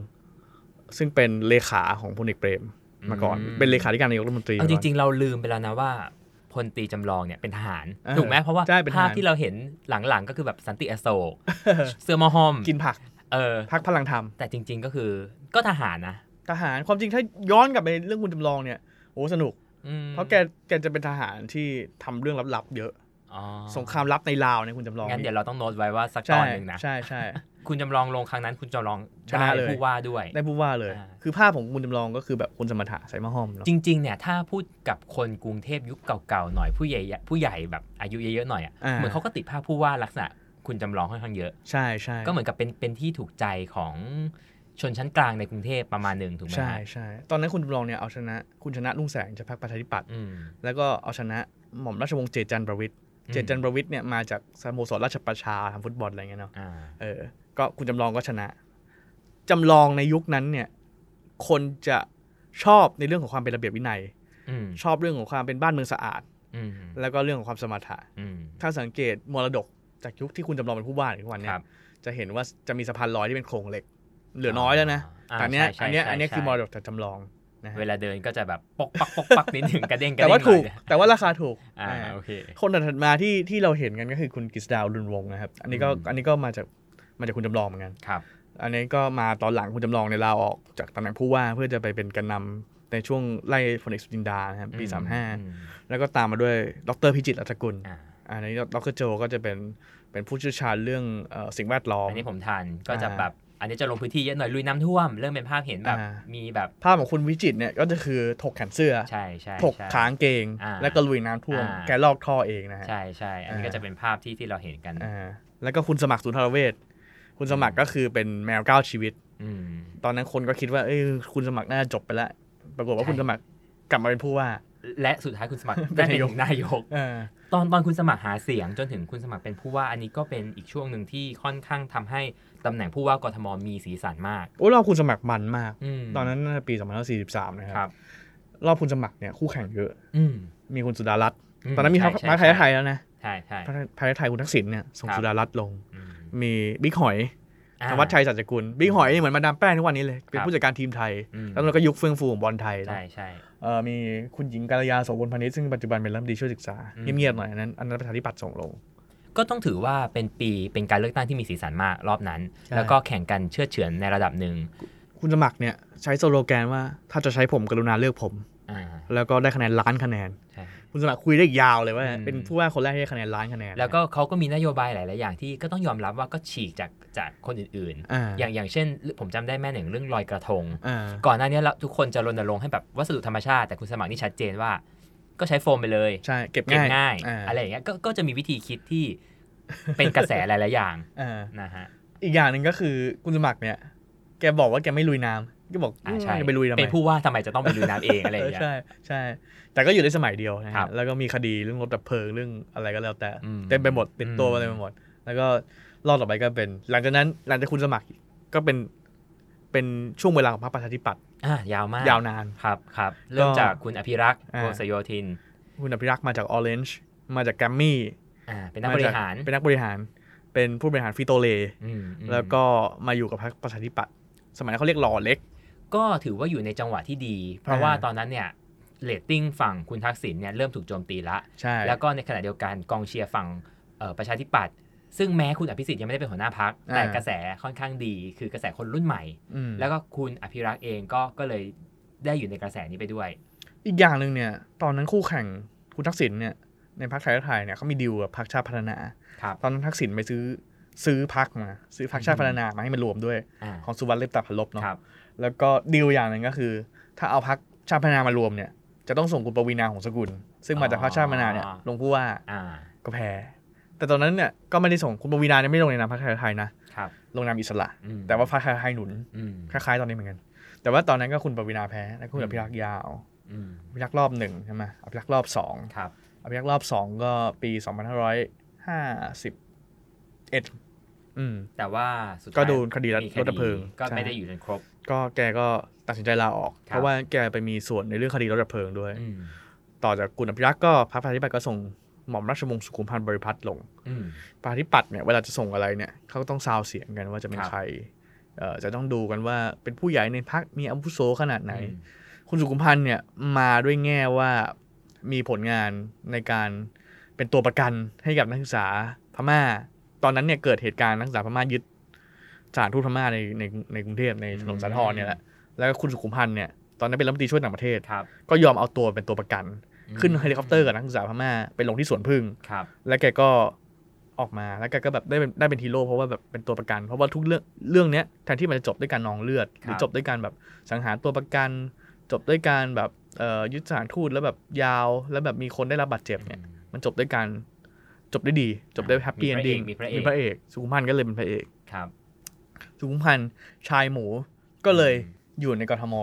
ซึ่งเป็นเลขาของพลเอกเปรมมาก่อน อืม เป็นเลขาธิการนายกรัฐมนตรี เอาจริง ๆ เราลืมไปแล้วนะว่าพลตรีจำลองเนี่ยเป็นทหาร เออ ถูกไหมเพราะว่า ใช่เป็นทหา ภาร พที่เราเห็นหลังๆ ก็คือแบบสันติอโศก เสื้อหมอห้อม กินผัก เออ พักพลังธรรม แต่จริง ๆ ก็คือก็ทหารนะ ทหาร ความจริงถ้าย้อนกลับไปเรื่องคุณจำลองเนี่ย โอ้สนุก อืม เพราะแก แกจะเป็นทหารที่ทำเรื่องลับๆ เยอะ อ๋อ สงครามลับในลาวเนี่ยคุณจำลอง งั้นเดี๋ยวเราต้องโน้ตไว้ว่าสักต ใช่ อนหนึ่งนะ ใช่ใช่ คุณจำลองลงครั้งนั้นคุณจำลอง ชนะ ได้ เลย ผู้ว่าด้วย ได้ผู้ว่าเลย อ่า คือภาพของคุณจำลองก็คือแบบคุณสมรรถะใส่มะห้อมเนาะ จริง ๆ เนี่ย ถ้าพูดกับคนกรุงเทพยุคเก่าๆหน่อยผู้ใหญ่ผู้ใหญ่แบบอายุเยอะๆหน่อยอะ อ่า เหมือนเขาก็ติดภาพผู้ว่าลักษณะ คุณจำลองค่อนข้างเยอะ ใช่ใช่ ก็เหมือนกับเป็นเป็นที่ถูกใจของชนชั้นกลางในกรุงเทพประมาณหนึ่งถูกไหมฮะ ใช่ใช่ ตอนนั้นคุณจำลองเนี่ยเอาชนะ คุณชนะลุงแสงจากพรรคประชาธิปัตย อืม แล้วก็เอาชนะหม่อมราชวงศ์เจจันประวิทย์ อืม เจจันประวิทย์เนี่ยมาจากสโมสรราชประชาทำฟุตบอลอะไรเงี้ยเนาะ อ่า เออ ก็คุณจำลองก็ชนะ จำลองในยุคนั้นเนี่ย คนจะชอบในเรื่องของความเป็นระเบียบวินัย อืม ชอบเรื่องของความเป็นบ้านเมืองสะอาด อืม แล้วก็เรื่องของความสมรรถะ อืม ถ้าสังเกตมรดกจากยุคที่คุณจำลองเป็นผู้ว่าในทุกวันเนี่ ครั ย บ จะเห็นว่าจะมีสะพานลอยที่เป็นโครงเหล็ก เหลือน้อยแล้วนะ อ่า แต่เนี้ย ใช่ใช่ อันเนี้ย ใช่ อันเนี้ย ใช่ คือมรดกจากจำลองนะฮะ เวลาเดินก็จะแบบปกปักปกปักนิดหนึ่งกระเด้งกระ แต่ เด้ง ว่าถูก หน่อยนะ แต่ว่าราคาถูก อ่า อ่า โอเค คนถัดมาที่ที่เราเห็นกันก็คือคุณกฤษดาวรุนวงศ์นะครับ อันนี้ก็ อืม อันนี้ก็มาจาก มาจากคุณจำลองเหมือนกัน ครับ อันนี้ก็มาตอนหลังคุณจำลองในยลาออกจากตำแหน่งผู้ว่าเพื่อจะไปเป็นแกันนำในช่วงไล่พลเอกสุจินดานะครับปี อืมอืม 35 แล้วก็ตามมาด้วยดรพิจิตรรัตกุล อ่า อันนี้ดรโจก็จะเป็นเป็นผู้เชี่ยวชาญเรื่องเอ่อสิ่งแวดล้อม อันนี้ผมทันก็ อ่า จะแบบ อันนี้จะลงพื้นที่เยอะหน่อยลุยน้ำท่วม เริ่มเป็นภาพเห็นแบบ อ่ามี มีแบบ ภาพของคุณวิจิตรเนี่ยก็จะคือถกแขนเสื้อ ใช่ใช่ ถก ใช่ ขางเกง อ่า แล้วก็ลุยน้ำท่วม อ่า แกลอกท่อเองนะฮะ ใช่ใช่อันนี้ก็ อ่า จะเป็นภาพที่ที่เราเห็นกัน อ่าแล้วก็คุณสมัครสุนทรเวชคุณสมัครก็คือเป็นแมวเก้าชีวิต อืม ตอนนั้นคนก็คิดว่าเอ้ยคุณสมัครน่าจะจบไปแล้วปรากฏว่า ใช่ คุณสมัครกลับมาเป็นผู้ว่า และสุดท้ายคุณสมัคร เป็น ได้เป็น นายก นายก เออ ตอนตอนคุณสมัครหาเสียงจนถึงคุณสมัครเป็นผู้ว่าอันนี้ก็เป็นอีกช่วงหนึ่งที่ค่อนข้างทำให้ตำแหน่งผู้ว่ากทมมีสีสันมาก โอ้ยรอบคุณสมัครมันมาก ม ตอนนั้นน่าจะปี2543 นะค ค รั รั บบ รอบคุณสมัครเนี่ยคู่แข่งเยอะ อืม มีคุณสุดารัตน์ตอนนั้นมีพรรค ใช่ พรรคไทยไทยแล้วนะ ใช่ใช่ พร ใช่ รคพรรคไทยคุณทักษิณเนี่ยส่ง ครับ สุดารัตน์ลง อืม มีบิ๊กหอย อ่า ธวัชชัยสัจจกุลบิ๊กหอยนี่เหมือนมาดามแป้งทุกวันนี้เลยเป็น ครับ ผู้จัดการทีมไทย อืม แล้วเราก็ยุคเฟื่องฟูของบอลไทยนะ ใช่ใช่ เอ่อมีคุณหญิงกาลยาโสวลพานิชซึ่งปัจจุบันเป็นรัฐมนตรีช่วยศึกษา อืม เงียบๆหน่อยอันนั้นอันนั้นประชาธิปัตย์ส่งลง ก็ต้องถือว่าเป็นปีเป็นการเลือกตั้งที่มีสีสันมากรอบนั้น ใช่ แล้วก็แข่งกันเชื่อดเฉือนในระดับหนึ่ง คุณสมัครเนี่ยใช้สโลแกนว่าถ้าจะใช้ผมกรุณาเลือกผม อ่า แล้วก็ได้คะแนนล้านคะแนน ใช่ คุณสมัครคุยได้อีกยาวเลยว่า อืม เป็นผู้ว่าคนแรกที่ได้คะแนนล้านคะแนน แล้วก็เขาก็มีนโยบายหลาย ๆ อย่างที่ก็ต้องยอมรับว่าก็ฉีกจากจากคนอื่น ๆ อ่า อย่างอย่างเช่น ผมจำได้แม่หนึ่งเรื่องลอยกระทง อ่า ก่อนหน้านี้เราทุกคนจะรณรงค์ให้แบบวัสดุธรรมชาติแต่คุณสมัครนี่ชัดเจนว่า ก็ใช้โฟมไปเลย ใช่เก็บ เก็บ ง่าย ง่าย อ่า อะไรอย่างเงี้ยก็ก็จะมีวิธีคิดที่ เป็นกระแสหลาย ๆ อย่าง อ่า นะฮะ อีกอย่างหนึ่งก็คือคุณสมัครเนี่ย แกบอกว่าแกไม่ลุยน้ำก็บอก อ่าใช่ จะไปลุยทำไม เป็นผู้ว่าทำไมจะต้องไปลุยน้ำเองอะไรอย่างเงี้ย ใช่ใช่ แต่ก็อยู่ได้สมัยเดียวนะ ครั ฮะ บ แล้วก็มีคดีเรื่องรถดับเพลิงเรื่องอะไรก็แล้วแต่ อืม เต็มไปหมดติดตัว อืม เต็มไปหมด แล้วก็รอบต่อไปก็เป็น หลังจากนั้นหลังจากคุณสมัครก็เป็นเป็นช่วงเวลาของพรรคประชาธิปัตย์ อ่ะยาวมาก ยาวนาน ครับครับเริ่มจากคุณอภิรักษ์ อ่า โกศโยธิน คุณอภิรักษ์มาจาก Orange มาจากแกรมมี่ อ่าเป็นนักบริหาร เป็นนักบริหาร เป็นผู้บริหารฟิโตเล อืมอืม แล้วก็มาอยู่กับพรรคประชาธิปัตย์สมัยนั้นเขาเรียกหล่อเล็ก ก็ถือว่าอยู่ในจังหวะที่ดี เพราะ อ่า ว่าตอนนั้นเนี่ยเรตติ้งฝั่งคุณทักษิณเนี่ยเริ่มถูกโจมตีละ ใช่ แล้วก็ในขณะเดียวกันกองเชียร์ฝั่งเอ่อประชาธิปัตย์ซึ่งแม้คุณอภิสิทธิ์ยังไม่ได้เป็นหัวหน้าพัก แต่กระแสค่อนข้างดี คือกระแสคนรุ่นใหม่ อืม แล้วก็คุณอภิรักษ์เองก็ก็เลยได้อยู่ในกระแสนี้ไปด้วย อีกอย่างหนึ่งเนี่ย ตอนนั้นคู่แข่งคุณทักษิณเนี่ยในพรรคไทยรักไทยเนี่ยเขามีดีลกับพรรคชาติพัฒนา ครับ ตอนนั้นทักษิณไปซื้อซื้อพรรคมา ซื้อพรรคชาติพัฒนามาให้มันรวมด้วย อ่า ของสุวรรณเล็บตาพลบเนาะ ครับ แล้วก็ดีลอย่างหนึ่งก็คือ ถ้าเอาพักชาติพัฒนามารวมเนี่ย จะต้องส่งคุณปวีนาของสกุล ซึ่งมาจากพรรคชาติพัฒนาเนี่ยลงผู้ว่า อ่า ก็แพ้ แต่ตอนนั้นเนี่ยก็ไม่ได้ส่งคุณปวีนาเนี่ยไม่ลงในนามพรรคไทยรักไทยนะ ครับ ลงนามอิสระ อืม แต่ว่าพรรคไทยรักไทยหนุน อืม คล้ายๆตอนนี้เหมือนกัน แต่ว่าตอนนั้นก็คุณปวีนาแพ้แล้วก็คุณอภิรักษ์ยาว อืม อภิรักษ์รอบหนึ่งใช่ไหมอภิรักษ์รอบสอง ครับ อภิรักษ์รอบสองก็ปีสองพันห้าร้อยห้าสิบเอ็ดอืม แต่ว่าสุดท้าย ก็โดนคดีรถ มี รถดับเพลิง ก็ ใช่ ไม่ได้อยู่จนครบ ก็แกก็ตัดสินใจลาออก ครับ เพราะว่าแกไปมีส่วนในเรื่องคดีรถดับเพลิงด้วย อืม ต่อจากกุณอภิรักษ์ก็พรรคประชาธิปัตย์ก็ส่งหม่อมราชวงศ์สุขุมพันธ์บริพัตรลง อืม ประชาธิปัตย์เนี่ยเวลาจะส่งอะไรเนี่ยเขาก็ต้องซาวเสียงกันว่าจะเป็น ครับ ใครเอ่อจะต้องดูกันว่าเป็นผู้ใหญ่ในพรรคมีอาวุโสขนาดไหน อืม คุณสุขุมพันธ์เนี่ยมาด้วยแง่ว่ามีผลงานในการเป็นตัวประกันให้กับนักศึกษาพม่า ตอนนั้นเนี่ยเกิดเหตุการณ์นักศึกษาพม่ายึดสถานทูตพม่าในในในกรุงเทพในถนนสาทรเนี่ยแหละแล้วก็คุณสุขุมพันธ์เนี่ยตอนนั้นเป็นรัฐมนตรีช่วยต่างประเทศ ครับ ก็ยอมเอาตัวเป็นตัวประกัน อืม ขึ้นเฮลิคอปเตอร์กับนักศึกษาพม่าไปลงที่สวนพึ่ง ครับ แล้วแกก็ออกมาแล้วแกก็แบบได้เป็นได้เป็นฮีโร่เพราะว่าแบบเป็นตัวประกัน เพราะว่าทุกเรื่องเรื่องเนี้ยแทนที่มันจะจบด้วยการนองเลือด หรือจบด้วยการแบบสังหารตัวประกัน จบด้วยการแบบเอ่อยึดสถานทูตแล้วแบบยาว แล้วแบบมีคนได้รับบาดเจ็บเนี่ยมันจบด้วยการจบได้วยดี จบด้วยแฮปปี้เอนดิ้ง มีพระเอก มี มี พ พ ระ ระเอก เอกสุขุมพันธ์ก็เลยเป็นพระเอก ครับ สุขุมพันธ์ชายหมูก็เลย อืม อยู่ในกทม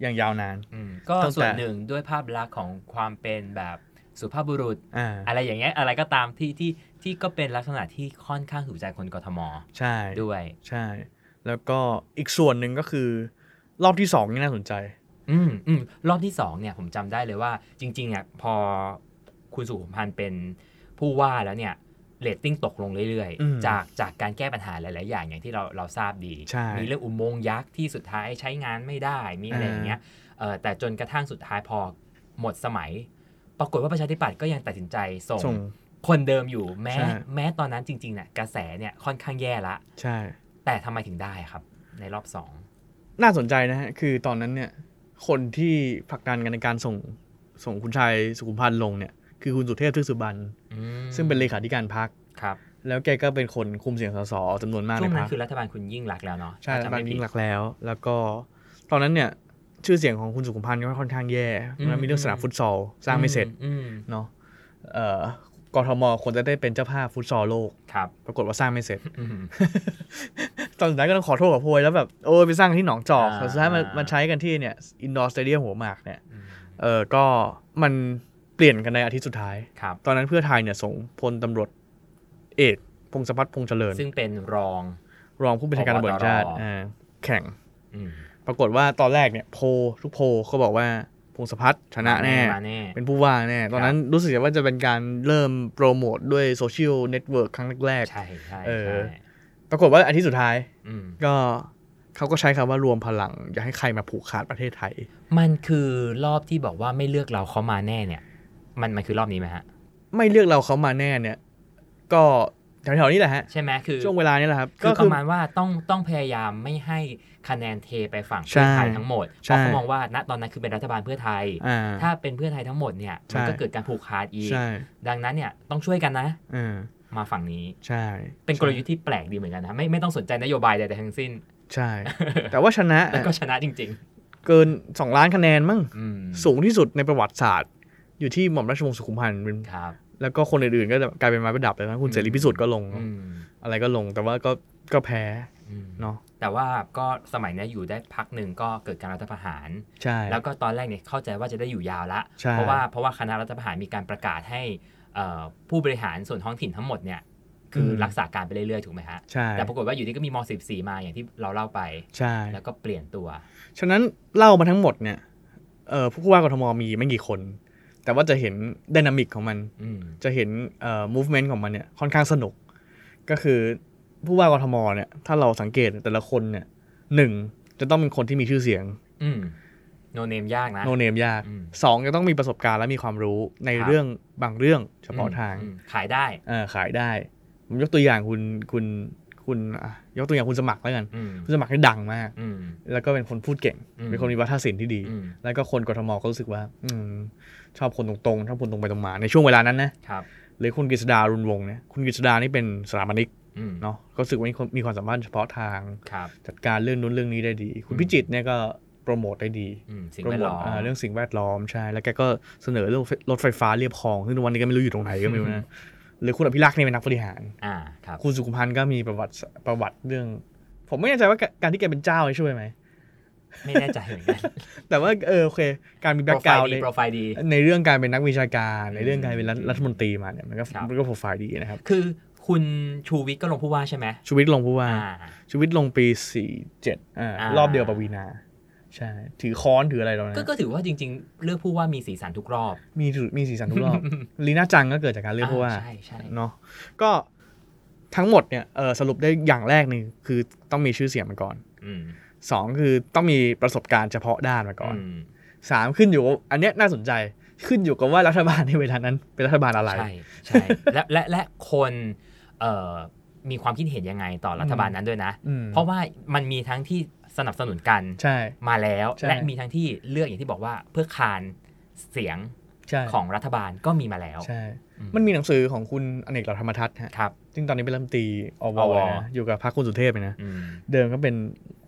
อย่างยาวนาน อืมก็ ตั้งแต่ ส่วนหนึ่งด้วยภาพลักษณ์ของความเป็นแบบสุภาพบุรุษ อ่า อะไรอย่างเงี้ยอะไรก็ตามที่ที่ที่ก็เป็นลักษณะที่ค่อนข้างถูกใจคนกทม ใช่ ด้วย ใช่ แล้วก็อีกส่วนหนึ่งก็คือ รอบที่สองนี่น่าสนใจ อืมอืมรอบที่สองเนี่ยผมจำได้เลยว่าจริงๆเนี่ยพอคุณสุขุมพันธ์เป็นผู้ว่าแล้วเนี่ยเรตติ้งตกลงเรื่อย อืม ๆ จากจากการแก้ปัญหาหลาย ๆ อย่างอย่างที่เราเราทราบดี ใช่ มีเรื่องอุโมงค์ยักษ์ที่สุดท้ายใช้งานไม่ได้มีอะไรอย่างเงี้ยเอ่อแต่จนกระทั่งสุดท้ายพอหมดสมัย ปรากฏว่าประชาธิปัตย์ก็ยังตัดสินใจส่ง ส่ง คนเดิมอยู่แม้ ใช่ แม้ตอนนั้นจริงๆเนี่ยกระแสเนี่ยค่อนข้างแย่ละ ใช่ แต่ทำไมถึงได้ครับ ในรอบ น่าสนใจนะฮะ คือตอนนั้นเนี่ย คนที่ผลักดันกันในการส่งส่งคุณชายสุขุมพันธ์ลงเนี่ย คือคุณสุเทพทึกสุบัน 2อืม ซึ่งเป็นเลขาธิการพรรค ครับ แล้วแกก็เป็นคนคุมเสียงสสจำนวนมาก ช่ว ใน ง พรนั้น รค คือรัฐบาลคุณยิ่งรักษณ์แล้วเนาะ ใช่ ถ้จำ บั ไม่ น ผิด ยิ่งหลักษณ์แล้ว แล้วก็ตอนนั้นเนี่ย ชื่อเสียงของคุณสุขุมพันธ์ก็ค่อนข้างแย่ อืม มันมีเรื่องสนามฟุตซอลสร้างไม่เสร็จ อืม เนาะเอ่อกทมควรจะได้เป็นเจ้าภาพฟุตซอลโลก ครับ ปรากฏว่าสร้างไม่เสร็จ อืม ตอนสุดท้ายก็ต้องขอโทษกับโพยแล้วแบบโอ้ยไปสร้างที่หนองจอก อ่า แต่สุดท้ายมันมันใช้กันที่เนี่ยอินดอร์สเตเดียมหัวหมากเนี่ย อืม เออก็มันเปลี่ยนกันในอาทิตย์สุดท้าย ครับ ตอนนั้นเพื่อไทยเนี่ยส่งพลตำรวจเอกพงศพัฒน์พงษ์เจริญ ซึ่งเป็นรอง รองผู้บัญชาการตำรวจแห่งชาติ พบตร อ่าแข่ง อืม ปรากฏว่าตอนแรกเนี่ยโพลทุกโพลเขาบอกว่าพงศพัฒน์ชนะแน่ มาแน่ เป็นผู้ว่าแน่ ตอนนั้นรู้สึกว่าจะเป็นการเริ่มโปรโมทด้วยโซเชียลเน็ตเวิร์กครั้งแรก ใช่ใช่ เออ ใช่ ๆปรากฏว่าอาทิตย์สุดท้าย อืม ก็เขาก็ใช้คำว่ารวมพลัง อย่าให้ใครมาผูกขาดประเทศไทย มันคือรอบที่บอกว่าไม่เลือกเราเขามาแน่เนี่ย มันมันคือรอบนี้ไหมฮะ ไม่เลือกเราเขามาแน่เนี่ย ก็แถวๆนี้แหละฮะ ใช่ไหมคือ ช่วงเวลานี้แหละครับ คือประมาณว่าต้องต้องพยายามไม่ให้คะแนนเทไปฝั่งเพื่อไทย ใช่ ทั้งหมดเพ ใช่ ราะเขามองว่าณตอนนั้นคือเป็นรัฐบาลเพื่อไทย อ่า ถ้าเป็นเพื่อไทยทั้งหมดเนี่ยมันก็ ใช่ เกิดการผูกขาดอีก ใช่ ดังนั้นเนี่ยต้องช่วยกันนะ อ่า มาฝั่งนี้ ใช่ เป็นกลยุทธ์ที่แปลกดีเหมือนกันนะไม่ไม่ต้องสนใจนโยบายใดๆทั้งสิ้น ใช่ แต่ว่าชนะ แล้วก็ชนะจริง เกิน 2 ล้านคะแนนมั้ง ๆ อืม สูงที่สุดในประวัติศาสตร์ อยู่ที่หม่อมราชวงศ์สุขุมพันธ์เป็น ครับ แล้วก็คนอื่นๆ ก็จะกลายเป็นไม้ประดับเลยนะคุณเสรีพิสุทธิ์ก็ลง อืม อะไรก็ลง แต่ว่าก็ก็แพ้ อืม เนาะ แต่ว่าก็สมัยเนี้ยอยู่ได้พักหนึ่งก็เกิดการรัฐประหาร ใช่ แล้วก็ตอนแรกเนี่ยเข้าใจว่าจะได้อยู่ยาวละ ใช่ เพราะว่าเพราะว่าคณะรัฐประหารมีการประกาศให้เอ่อผู้บริหารส่วนท้องถิ่นทั้งหมดเนี่ยคือรักษาการไปเรื่อยๆ ถูกไหมฮะ ใช่ แต่ปรากฏว่าอยู่ดีก็มีม .14 มาอย่างที่เราเล่าไป ใช่ แล้วก็เปลี่ยนตัว ฉะนั้นเล่ามาทั้งหมดเนี่ยเอ่อผู้ว่ากทมมีไม่กี่คน แต่ว่าจะเห็นดินามิกของมัน อืม จะเห็นเอ่อ movement ของมันเนี่ยค่อนข้างสนุก ก็คือผู้ว่ากทมเนี่ยถ้าเราสังเกตแต่ละคนเนี่ยหนึ่งจะต้องเป็นคนที่มีชื่อเสียง อืมโนเนมยากนะ โนเนมยาก อืม สองจะต้องมีประสบการณ์และมีความรู้ใน ครับ เรื่องบางเรื่องเฉพาะทาง อืมขายได้ เอ่อขายได้ ผมยกตัวอย่างคุณคุณคุณอ่ะยกตัวอย่างคุณสมัครแล้วกัน อืม คุณสมัครนี่ดังมาก อืม แล้วก็เป็นคนพูดเก่ง อืม เป็นคนมีวัฒนศิลป์ที่ดี อืม แล้วก็คนกทมก็รู้สึกว่า อืม ชอบคนตรงๆ ชอบคนตรงไปตรงมา ในช่วงเวลานั้นนะครับ หรือคุณกฤษดารุนวงศ์เนี่ยคุณกฤษดานี่เป็นสถาปนิก อืม เนาะก็รู้สึกว่ามีความมีความสามารถเฉพาะทาง ครับ จัดการเรื่องนู้นเรื่องนี้ได้ดี คุณ อืม พิจิตรเนี่ยก็โปรโมทได้ดี อืมสิ่ง โปร แวด โมท ล้อม อ่าเรื่องสิ่งแวดล้อมใช่ แล้วแกก็เสนอเรื่องรถไฟฟ้าเรียบคลองซึ่งวันนี้ก็ไม่รู้อยู่ตรงไหนก็ไม่รู้นะหรือคุณอภิรักษ์เนี่ยเป็นนักบริหาร อ่าครับ คุณสุขุมพันธ์ก็มีประวัติประวัติเรื่อง ผมไม่แน่ใจว่าการที่แกเป็นเจ้าช่วยไหม ไม่แน่ใจเหมือน กัน แต่ว่าเออโอเค การมี โป แบ็ ร ก ไฟ กราว ล์ ด์ ดี ใน โปรไฟล์ดี ในเรื่องการเป็นนักวิชาการ อืม ในเรื่องการเป็นรัฐรัฐมนตรีมาเนี่ยมันก็ ครับ มันก็โปรไฟล์ดีนะครับ คือคุณชูวิทย์ก็ลงผู้ว่าใช่ไหม ชีวิตลงผู้ว่า อ่า ชีวิตลงปี 47อ่า อ่าร ร อบเดียวปวีนาใช่ถือค้อนถืออะไรเรานะ ก็ก็ถือว่าจริง ๆ เลือกผู้ว่ามีสีสันทุกรอบ มีมีสีสันทุก รอบ ลีน่าจังก็เกิดจากการเลือกผู้ว่า ใช่ใช่ เนาะก็ทั้งหมดเนี่ยเออสรุปได้อย่างแรกหนึ่งคือต้องมีชื่อเสียงมาก่อน อืม สองคือต้องมีประสบการณ์เฉพาะด้านมาก่อน ม สามขึ้นอยู่กับอันเนี้ยน่าสนใจขึ้นอยู่กับว่ารัฐบาลในเวลานั้นเป็นรัฐบาลอะไร ใช่ใช่และและและคนเอ่อมีความคิดเห็นยังไงต่อรัฐบาลนั้นด้วยนะ อืม เพราะว่ามันมีทั้งที่สนับสนุนกัน ใช่ มาแล้ว ใช่ และมีทั้งที่เลือกอย่างที่บอกว่าเพื่อคานเสียง ใช่ ของรัฐบาลก็มีมาแล้ว ใช่ อืม มันมีหนังสือของคุณอเนกเหล่าธรรมทัศน์ฮะ ครับ ซึ่งตอนนี้เป็นรัฐมนตรีอว อว นะอยู่กับพรรคคุณสุเทพเลยนะ อืม เดิมก็เป็น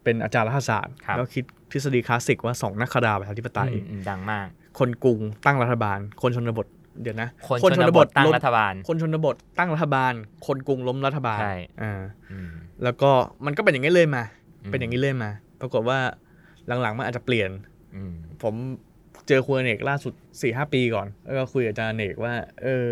เป็นอาจารย์รัฐศาสตร์ ครับ แล้วคิดทฤษฎีคลาสสิกว่าสองนักขดาประชาธิปไตย อืมอืมดังมาก คนกรุงตั้งรัฐบาล คนชนบท เดี๋ยวนะ คนชนบทตั้ง ล้ม รัฐบาล คนชนบทตั้งรัฐบาล คนกรุงล้มรัฐบาล ใช่ อ่า อืม แล้วก็มันก็เป็นอย่างนี้เลยมา เป็นอย่างนี้เลยมา ปรากฏว่าหลังๆมันอาจจะเปลี่ยน อืม ผมเจอคุณอเนกล่าสุดสี่ห้าปีก่อน แล้วก็คุยกับอาจารย์อเนกว่า เออ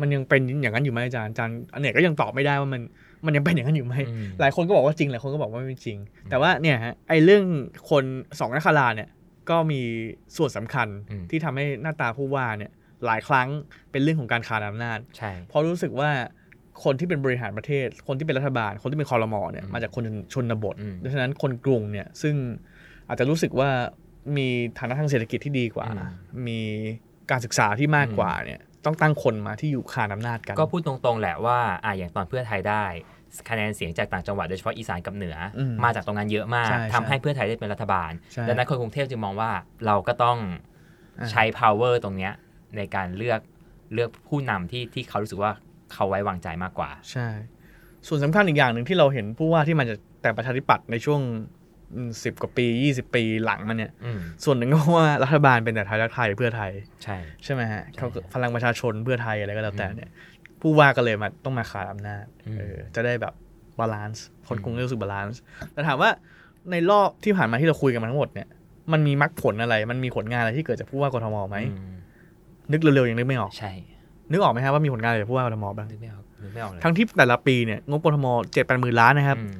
มันยังเป็นอย่างนั้นอยู่ไหมอาจารย์อาจารย์อเนกก็ยังตอบไม่ได้ว่ามันมันยังเป็นอย่างนั้นอยู่ไหม อืม หลายคนก็บอกว่าจริงหลายคนก็บอกว่าไม่จริง อืม แต่ว่าเนี่ยฮะไอเรื่องคนสองนักคาราเนี่ยก็มีส่วนสำคัญที่ทำให้หน้าตาผู้ว่าเนี่ยหลายครั้งเป็นเรื่องของการคานอำนาจ ใช่ เพราะรู้สึกว่าคนที่เป็นบริหารประเทศ คนที่เป็นรัฐบาล คนที่เป็นคอรมอเนี่ย อืม มาจากคนชนบท อืม ดังนั้นคนกรุงเนี่ยซึ่งอาจจะรู้สึกว่ามีฐานะทางเศรษฐกิจที่ดีกว่า อืม มีการศึกษาที่มากกว่าเนี่ย ต้องตั้งคนมาที่อยู่คานอำนาจกัน ก็พูดตรงๆแหละว่าอ่ะอย่างตอนเพื่อไทยได้คะแนนเสียงจากต่างจังหวัดโดยเฉพาะอีสานกับเหนืออ ม มาจากตรงนั้นเยอะมาก ใช่ ทำให้เพื่อไทยได้เป็นรัฐบาล ใช่ ดังนั้นคนกรุงเทพจึงมองว่าเราก็ต้อง อ่า ใช้ power ตรงเนี้ยในการเลือกเลือกผู้นำที่ที่เขารู้สึกว่าเขาไว้วางใจมากกว่า ใช่ ส่วนสำคัญอีกอย่างหนึ่งที่เราเห็นผู้ว่าที่มาจากแต่ประชาธิปัตย์ในช่วงสิบกว่าปี 20 ปีหลังมาเนี่ย อืม ส่วนหนึ่งก็เพราะว่ารัฐบาลเป็นแต่ไทยรักไทยเพื่อไทย ใช่ ใช่ไหมฮะเขาก็ ใช่ พลังประชาชนเพื่อไทยอะไรก็แล้วแต่ อืม เนี่ย ผู้ว่าก็เลยมาต้องมาขานอำนาจ อืม เออจะได้แบบบาลานซ์คน อืม กรุงเทพรู้สึกบาลานซ์แต่ถามว่าในรอบที่ผ่านมาที่เราคุยกันมาทั้งหมดเนี่ยมันมีมรรคผลอะไร มันมีผลงานอะไรที่เกิดจากผู้ว่ากทมไหม อืม นึกเร็วๆยังนึกไม่ออก ใช่ นึกออกไหมฮะว่ามีผลงานอะไรจากผู้ว่ากทมบ้าง นึกไม่ออกนึกไม่ออกเลย ทั้งที่แต่ละปีเนี่ยงบกทมเจ็ดแปดหมื่นล้านนะครับ อืม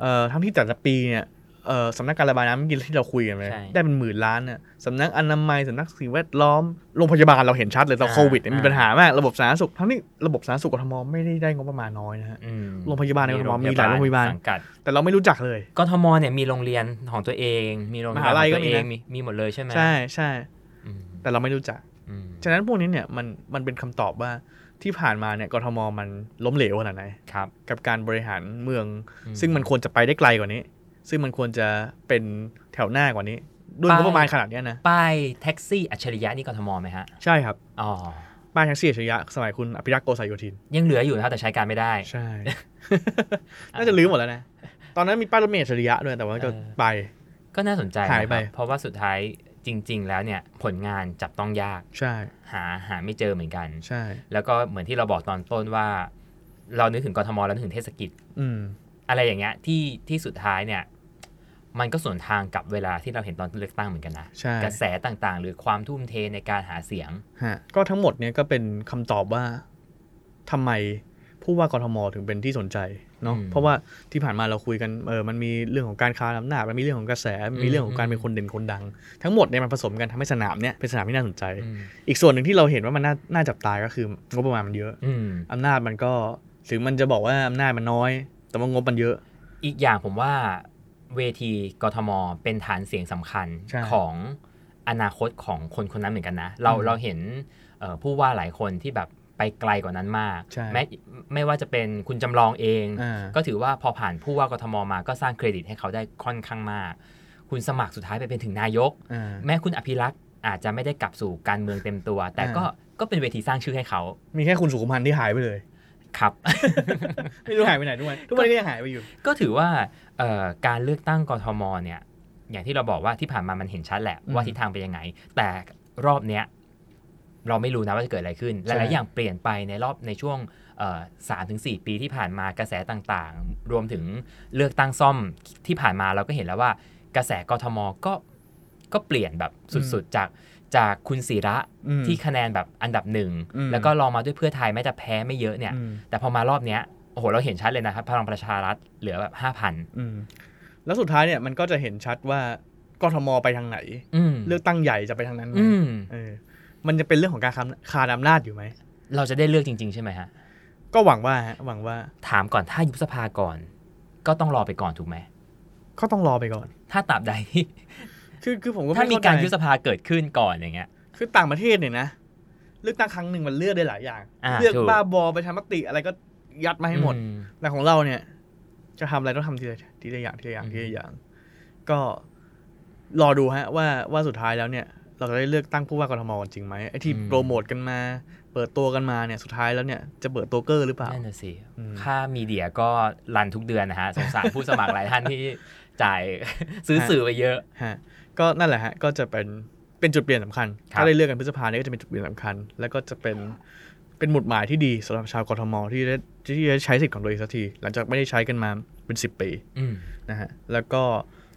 เอ่อทั้งที่แต่ละปีเนี่ยเอ่อสำนักการระบายน้ำเมื่อกี้ที่เราคุยกันไป ใช่ ได้เป็นหมื่นล้านน่ะสำนักอนามัยสำนักสิ่งแวดล้อมโรงพยาบาลเราเห็นชัดเลยตอน อ่า โควิดเนี่ย อ่ามี มีปัญหามากระบบสาธารณสุขทั้งนี้ระบบสาธารณสุขกทมไม่ได้ได้งบประมาณน้อยนะฮะ อืม โรงพยาบาลในกทมมีหลายโรงพยาบาล สังกัด แต่เราไม่รู้จักเลย กทมเนี่ยมีโรงเรียนของตัวเอง มีโรงเรีน มหาลัย ข ก็ อง มี ตัวเอง นะ มีมีหมดเลยใช่ไหม ใช่ใช่ อืม แต่เราไม่รู้จัก อืม ฉะนั้นพวกนี้เนี่ยมันมันเป็นคำตอบว่าที่ผ่านมาเนี่ยกทมมันล้มเหลวขนาดไหน ครับ กับการบริหารเมือง อื ซึ่งมันควรจะไปได้ไกลกว่านี้ ซึ่งมันควรจะเป็นแถวหน้ากว่านี้ ด้วยงบประมาณขนาดเนี้ยนะ ป้ายแท็กซี่อัจฉริยะนี่กทมไหมฮะ ใช่ครับ อ๋อ ป้ายแท็กซี่อัจฉริยะสมัยคุณอภิรักษ์โกสัยโยธิน ยังเหลืออยู่นะครับแต่ใช้การไม่ได้ ใช่ น่าจะลื้อหมดแล้วนะ ตอนนั้นมีป้ายรถเมล์อัจฉริยะด้วยแต่ว่าก็ เออ ไป ก็น่าสนใจ หายไป นะครับเพราะว่าสุดท้ายจริง ๆ แล้วเนี่ยผลงานจับต้องยาก ใช่ หาหาไม่เจอเหมือนกัน ใช่ แล้วก็เหมือนที่เราบอกตอนต้นว่า เรานึกถึงกทมแล้วนึกถึงเทศกิจ อืม อะไรอย่างเงี้ยที่ที่สุดท้ายเนี่ย มันก็สวนทางกับเวลาที่เราเห็นตอนเลือกตั้งเหมือนกันนะ ใช่ กระแสต่างๆ หรือความทุ่มเทในการหาเสียง ฮะก็ทั้งหมดเนี่ยก็เป็นคำตอบว่าทำไมผู้ว่ากทมถึงเป็นที่สนใจเนาะ อืม เพราะว่าที่ผ่านมาเราคุยกันเออมันมีเรื่องของการค้าอำนาจมันมีเรื่องของกระแสมันมีเรื่องของการ อืม เป็นคนเด่นคนดัง ทั้งหมดเนี่ยมันผสมกันทำให้สนามเนี่ยเป็นสนามที่น่าสนใจ อืม อีกส่วนหนึ่งที่เราเห็นว่ามันน่าน่าจับตาก็คืองบประมาณมันเยอะ อืม อำนาจมันก็ถึงมันจะบอกว่าอำนาจมันน้อย แต่ว่างบมันเยอะ อีกอย่างผมว่าเวทีกทม เป็นฐานเสียงสำคัญ ใช่ ของอนาคตของคนคนนั้นเหมือนกันนะ เรา อืม เราเห็นเอ่อผู้ว่าหลายคนที่แบบไปไกลกว่านั้นมาก ใช่ แม้ไม่ว่าจะเป็นคุณจำลองเอง อ่า ก็ถือว่าพอผ่านผู้ว่ากทมมาก็สร้างเครดิตให้เขาได้ค่อนข้างมาก คุณสมัครสุดท้ายไปเป็นถึงนายก อ่า แม้คุณอภิรักษ์อาจจะไม่ได้กลับสู่การเมืองเต็มตัว แต่ อ่า ก็ก็เป็นเวทีสร้างชื่อให้เขา มีแค่คุณสุขุมพันธ์ที่หายไปเลย ครับ ไม่รู้หายไปไหนทุกวันทุกวันนี้ก็ยังหายไปอยู่ ก็ถือว่าเอ่อการเลือกตั้งกทมเนี่ย อย่างที่เราบอกว่าที่ผ่านมามันเห็นชัดแหละ อืม ว่าทิศทางเป็นยังไง แต่รอบเนี้ยเราไม่รู้นะว่าจะเกิดอะไรขึ้นห ใช่ ลายๆอย่างเปลี่ยนไปในรอบในช่วงสามถึงสี่อ3-4 ปีที่ผ่านมากระแสต่างๆ รวมถึงเลือกตั้งซ่อมที่ผ่านมาเราก็เห็นแล้วว่า กระแสกทมก็ก็เปลี่ยนแบบสุดๆ จากจากคุณศิระ อืม ที่คะแนนแบบอันดับหนึ่ง อืม แล้วก็ลองมาด้วยเพื่อไทยแม้จะแพ้ไม่เยอะเนี่ย อืม แต่พอมารอบเนี้ยโอ้โห เราเห็นชัดเลยนะครับพลังประชารัฐเหลือแบบห้าพัน อืมแล้วสุดท้ายเนี่ยมันก็จะเห็นชัดว่ากทมไปทางไหน อืม เลือกตั้งใหญ่จะไปทางนั้นไหม อืม เออมันจะเป็นเรื่องของการคำคานอำนาจอยู่ไหม เราจะได้เลือกจริง ๆ ใช่ไหมฮะ ก็หวังว่าฮะหวังว่า ถามก่อนถ้ายุบสภาก่อน ก็ต้องรอไปก่อนถูกไหม ก็ต้องรอไปก่อน ถ้าตราบใดที่ คือคือผมก็ ถ้า ไม่ มี เข้ใจ การยุบสภาเกิดขึ้นก่อนอย่างเงี้ย คือต่างประเทศเนี่ยนะเลือกตั้งครั้งหนึ่งมันเลือกได้หลายอย่าง อ่า เลือก ถูก บ้าบอประชามติอะไรก็ยัดมาให้หมด อื แต่ของเราเนี่ย จะทำอะไรต้องทำทีละทีละอย่างทีละอย่าง อืม ทีละอย่าง ก็รอดูฮะ ว่าว่าสุดท้ายแล้วเนี่ย เราจะได้เลือกตั้งผู้ว่ากทมกันจริงไหมไอ้ที่โปรโมทกันมา เปิดตัวกันมาเนี่ยสุดท้ายแล้วเนี่ยจะเปิดตัวเกอร์หรือเปล่า นั่นน่ะสิ อืม ค่ามีเดียก็รันทุกเดือนนะฮะ สงสารผู้สมัครหลายท่านที่จ่าย ซื้อสื่อไปเยอะ ฮะก็นั่นแหละฮะก็จะเป็นเป็นจุดเปลี่ยนสำคัญ ครับ ถ้าได้เลือกกันพฤษภาเนี่ยก็จะเป็นจุดเปลี่ยนสำคัญ แล้วก็จะเป็นเป็นหมุดหมายที่ดีสำหรับชาวกทมที่ได้ที่ได้ใช้สิทธิ์ของตัวเองสักทีหลังจากไม่ได้ใช้กันมาเป็นสิบปี อืม นะฮะแล้วก็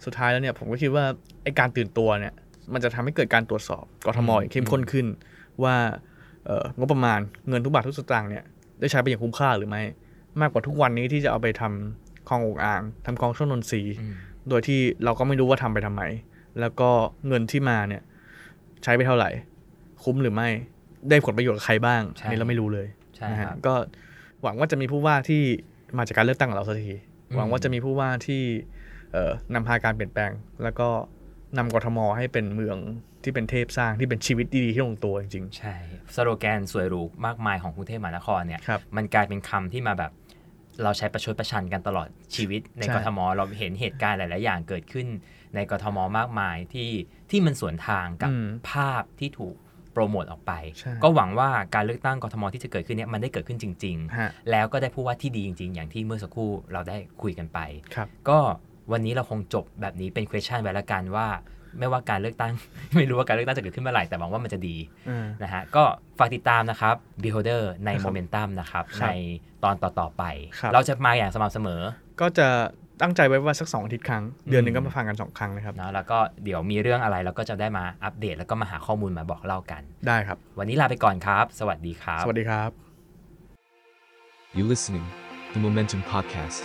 สุดท้ายแล้วเนี่ยผมก็คิดว่าไอการตื่นตัวเนี่ยมันจะทำให้เกิดการตรวจสอบกทมอย่างเข้มข้นขึ้น ว่าเอ่องบประมาณเงินทุกบาททุกสตางค์เนี่ยได้ใช้ไปอย่างคุ้มค่าหรือไม่ มากกว่าทุกวันนี้ที่จะเอาไปทำคลององอ่างทำคลองช่องนนทรีย์ อืม โดยที่เราก็ไม่รู้ว่าทำไปทำไม แล้วก็เงินที่มาเนี่ยใช้ไปเท่าไหร่ คุ้มหรือไม่ได้ผลประโยชน์กับใครบ้าง ใช่ อันนี่เราไม่รู้เลย ใช่ นะ ค ฮะ รับ ก็หวังว่าจะมีผู้ว่าที่มาจากการเลือกตั้งของเราสักที อืม หวังว่าจะมีผู้ว่าที่เอ่อนำพาการเปลี่ยนแปลง แล้วก็นำกทมให้เป็นเมือง ที่เป็นเทพสร้างที่เป็นชีวิตดีๆที่ลงตัวจริง ใช่สโลแกนสวยหรูมากมายของกรุงเทพมหานครเนี่ย ครับ มันกลายเป็นคำที่มาแบบ เราใช้ประชดประชันกันตลอดชีวิตใน ใช่ กทม เราเห็นเหตุการณ์หลาย ๆ อย่างเกิดขึ้นในกทมมากมายที่ที่มันสวนทางกับ อืม ภาพที่ถูกโปรโมทออกไป ใช่ ก็หวังว่าการเลือกตั้งกทมที่จะเกิดขึ้นเนี่ยมันได้เกิดขึ้นจริง ๆฮะ ๆ แล้วก็ได้ผู้ว่าที่ดีจริง ๆ อย่างที่เมื่อสักครู่เราได้คุยกันไป ครับ ก็วันนี้เราคงจบแบบนี้เป็น question ไว้ละกันว่า ไม่ว่าการเลือกตั้ง ไม่รู้ว่าการเลือกตั้งจะเกิดขึ้นเมื่อไหร่แต่หวังว่ามันจะดี อ่า นะฮะก็ฝากติดตามนะครับ Beholder ใน ครับ Momentum นะครับ ครั ใน บ ตอนต่อ ๆ ไป ครับ เราจะมาอย่างสม่ำเสมอ ก็จะตั้งใจไว้ว่าสักสองอาทิตย์ครั้ง เดือนหนึ่ง อืม ก็มาฟังกันสองครั้งนะครับ เนาะแล้วก็เดี๋ยวมีเรื่องอะไรเราก็จะได้มาอัปเดต แล้วก็มาหาข้อมูลมาบอกเล่ากัน ได้ครับ วันนี้ลาไปก่อนครับ สวัสดีครับ สวัสดีครับ You listening, the Momentum Podcast.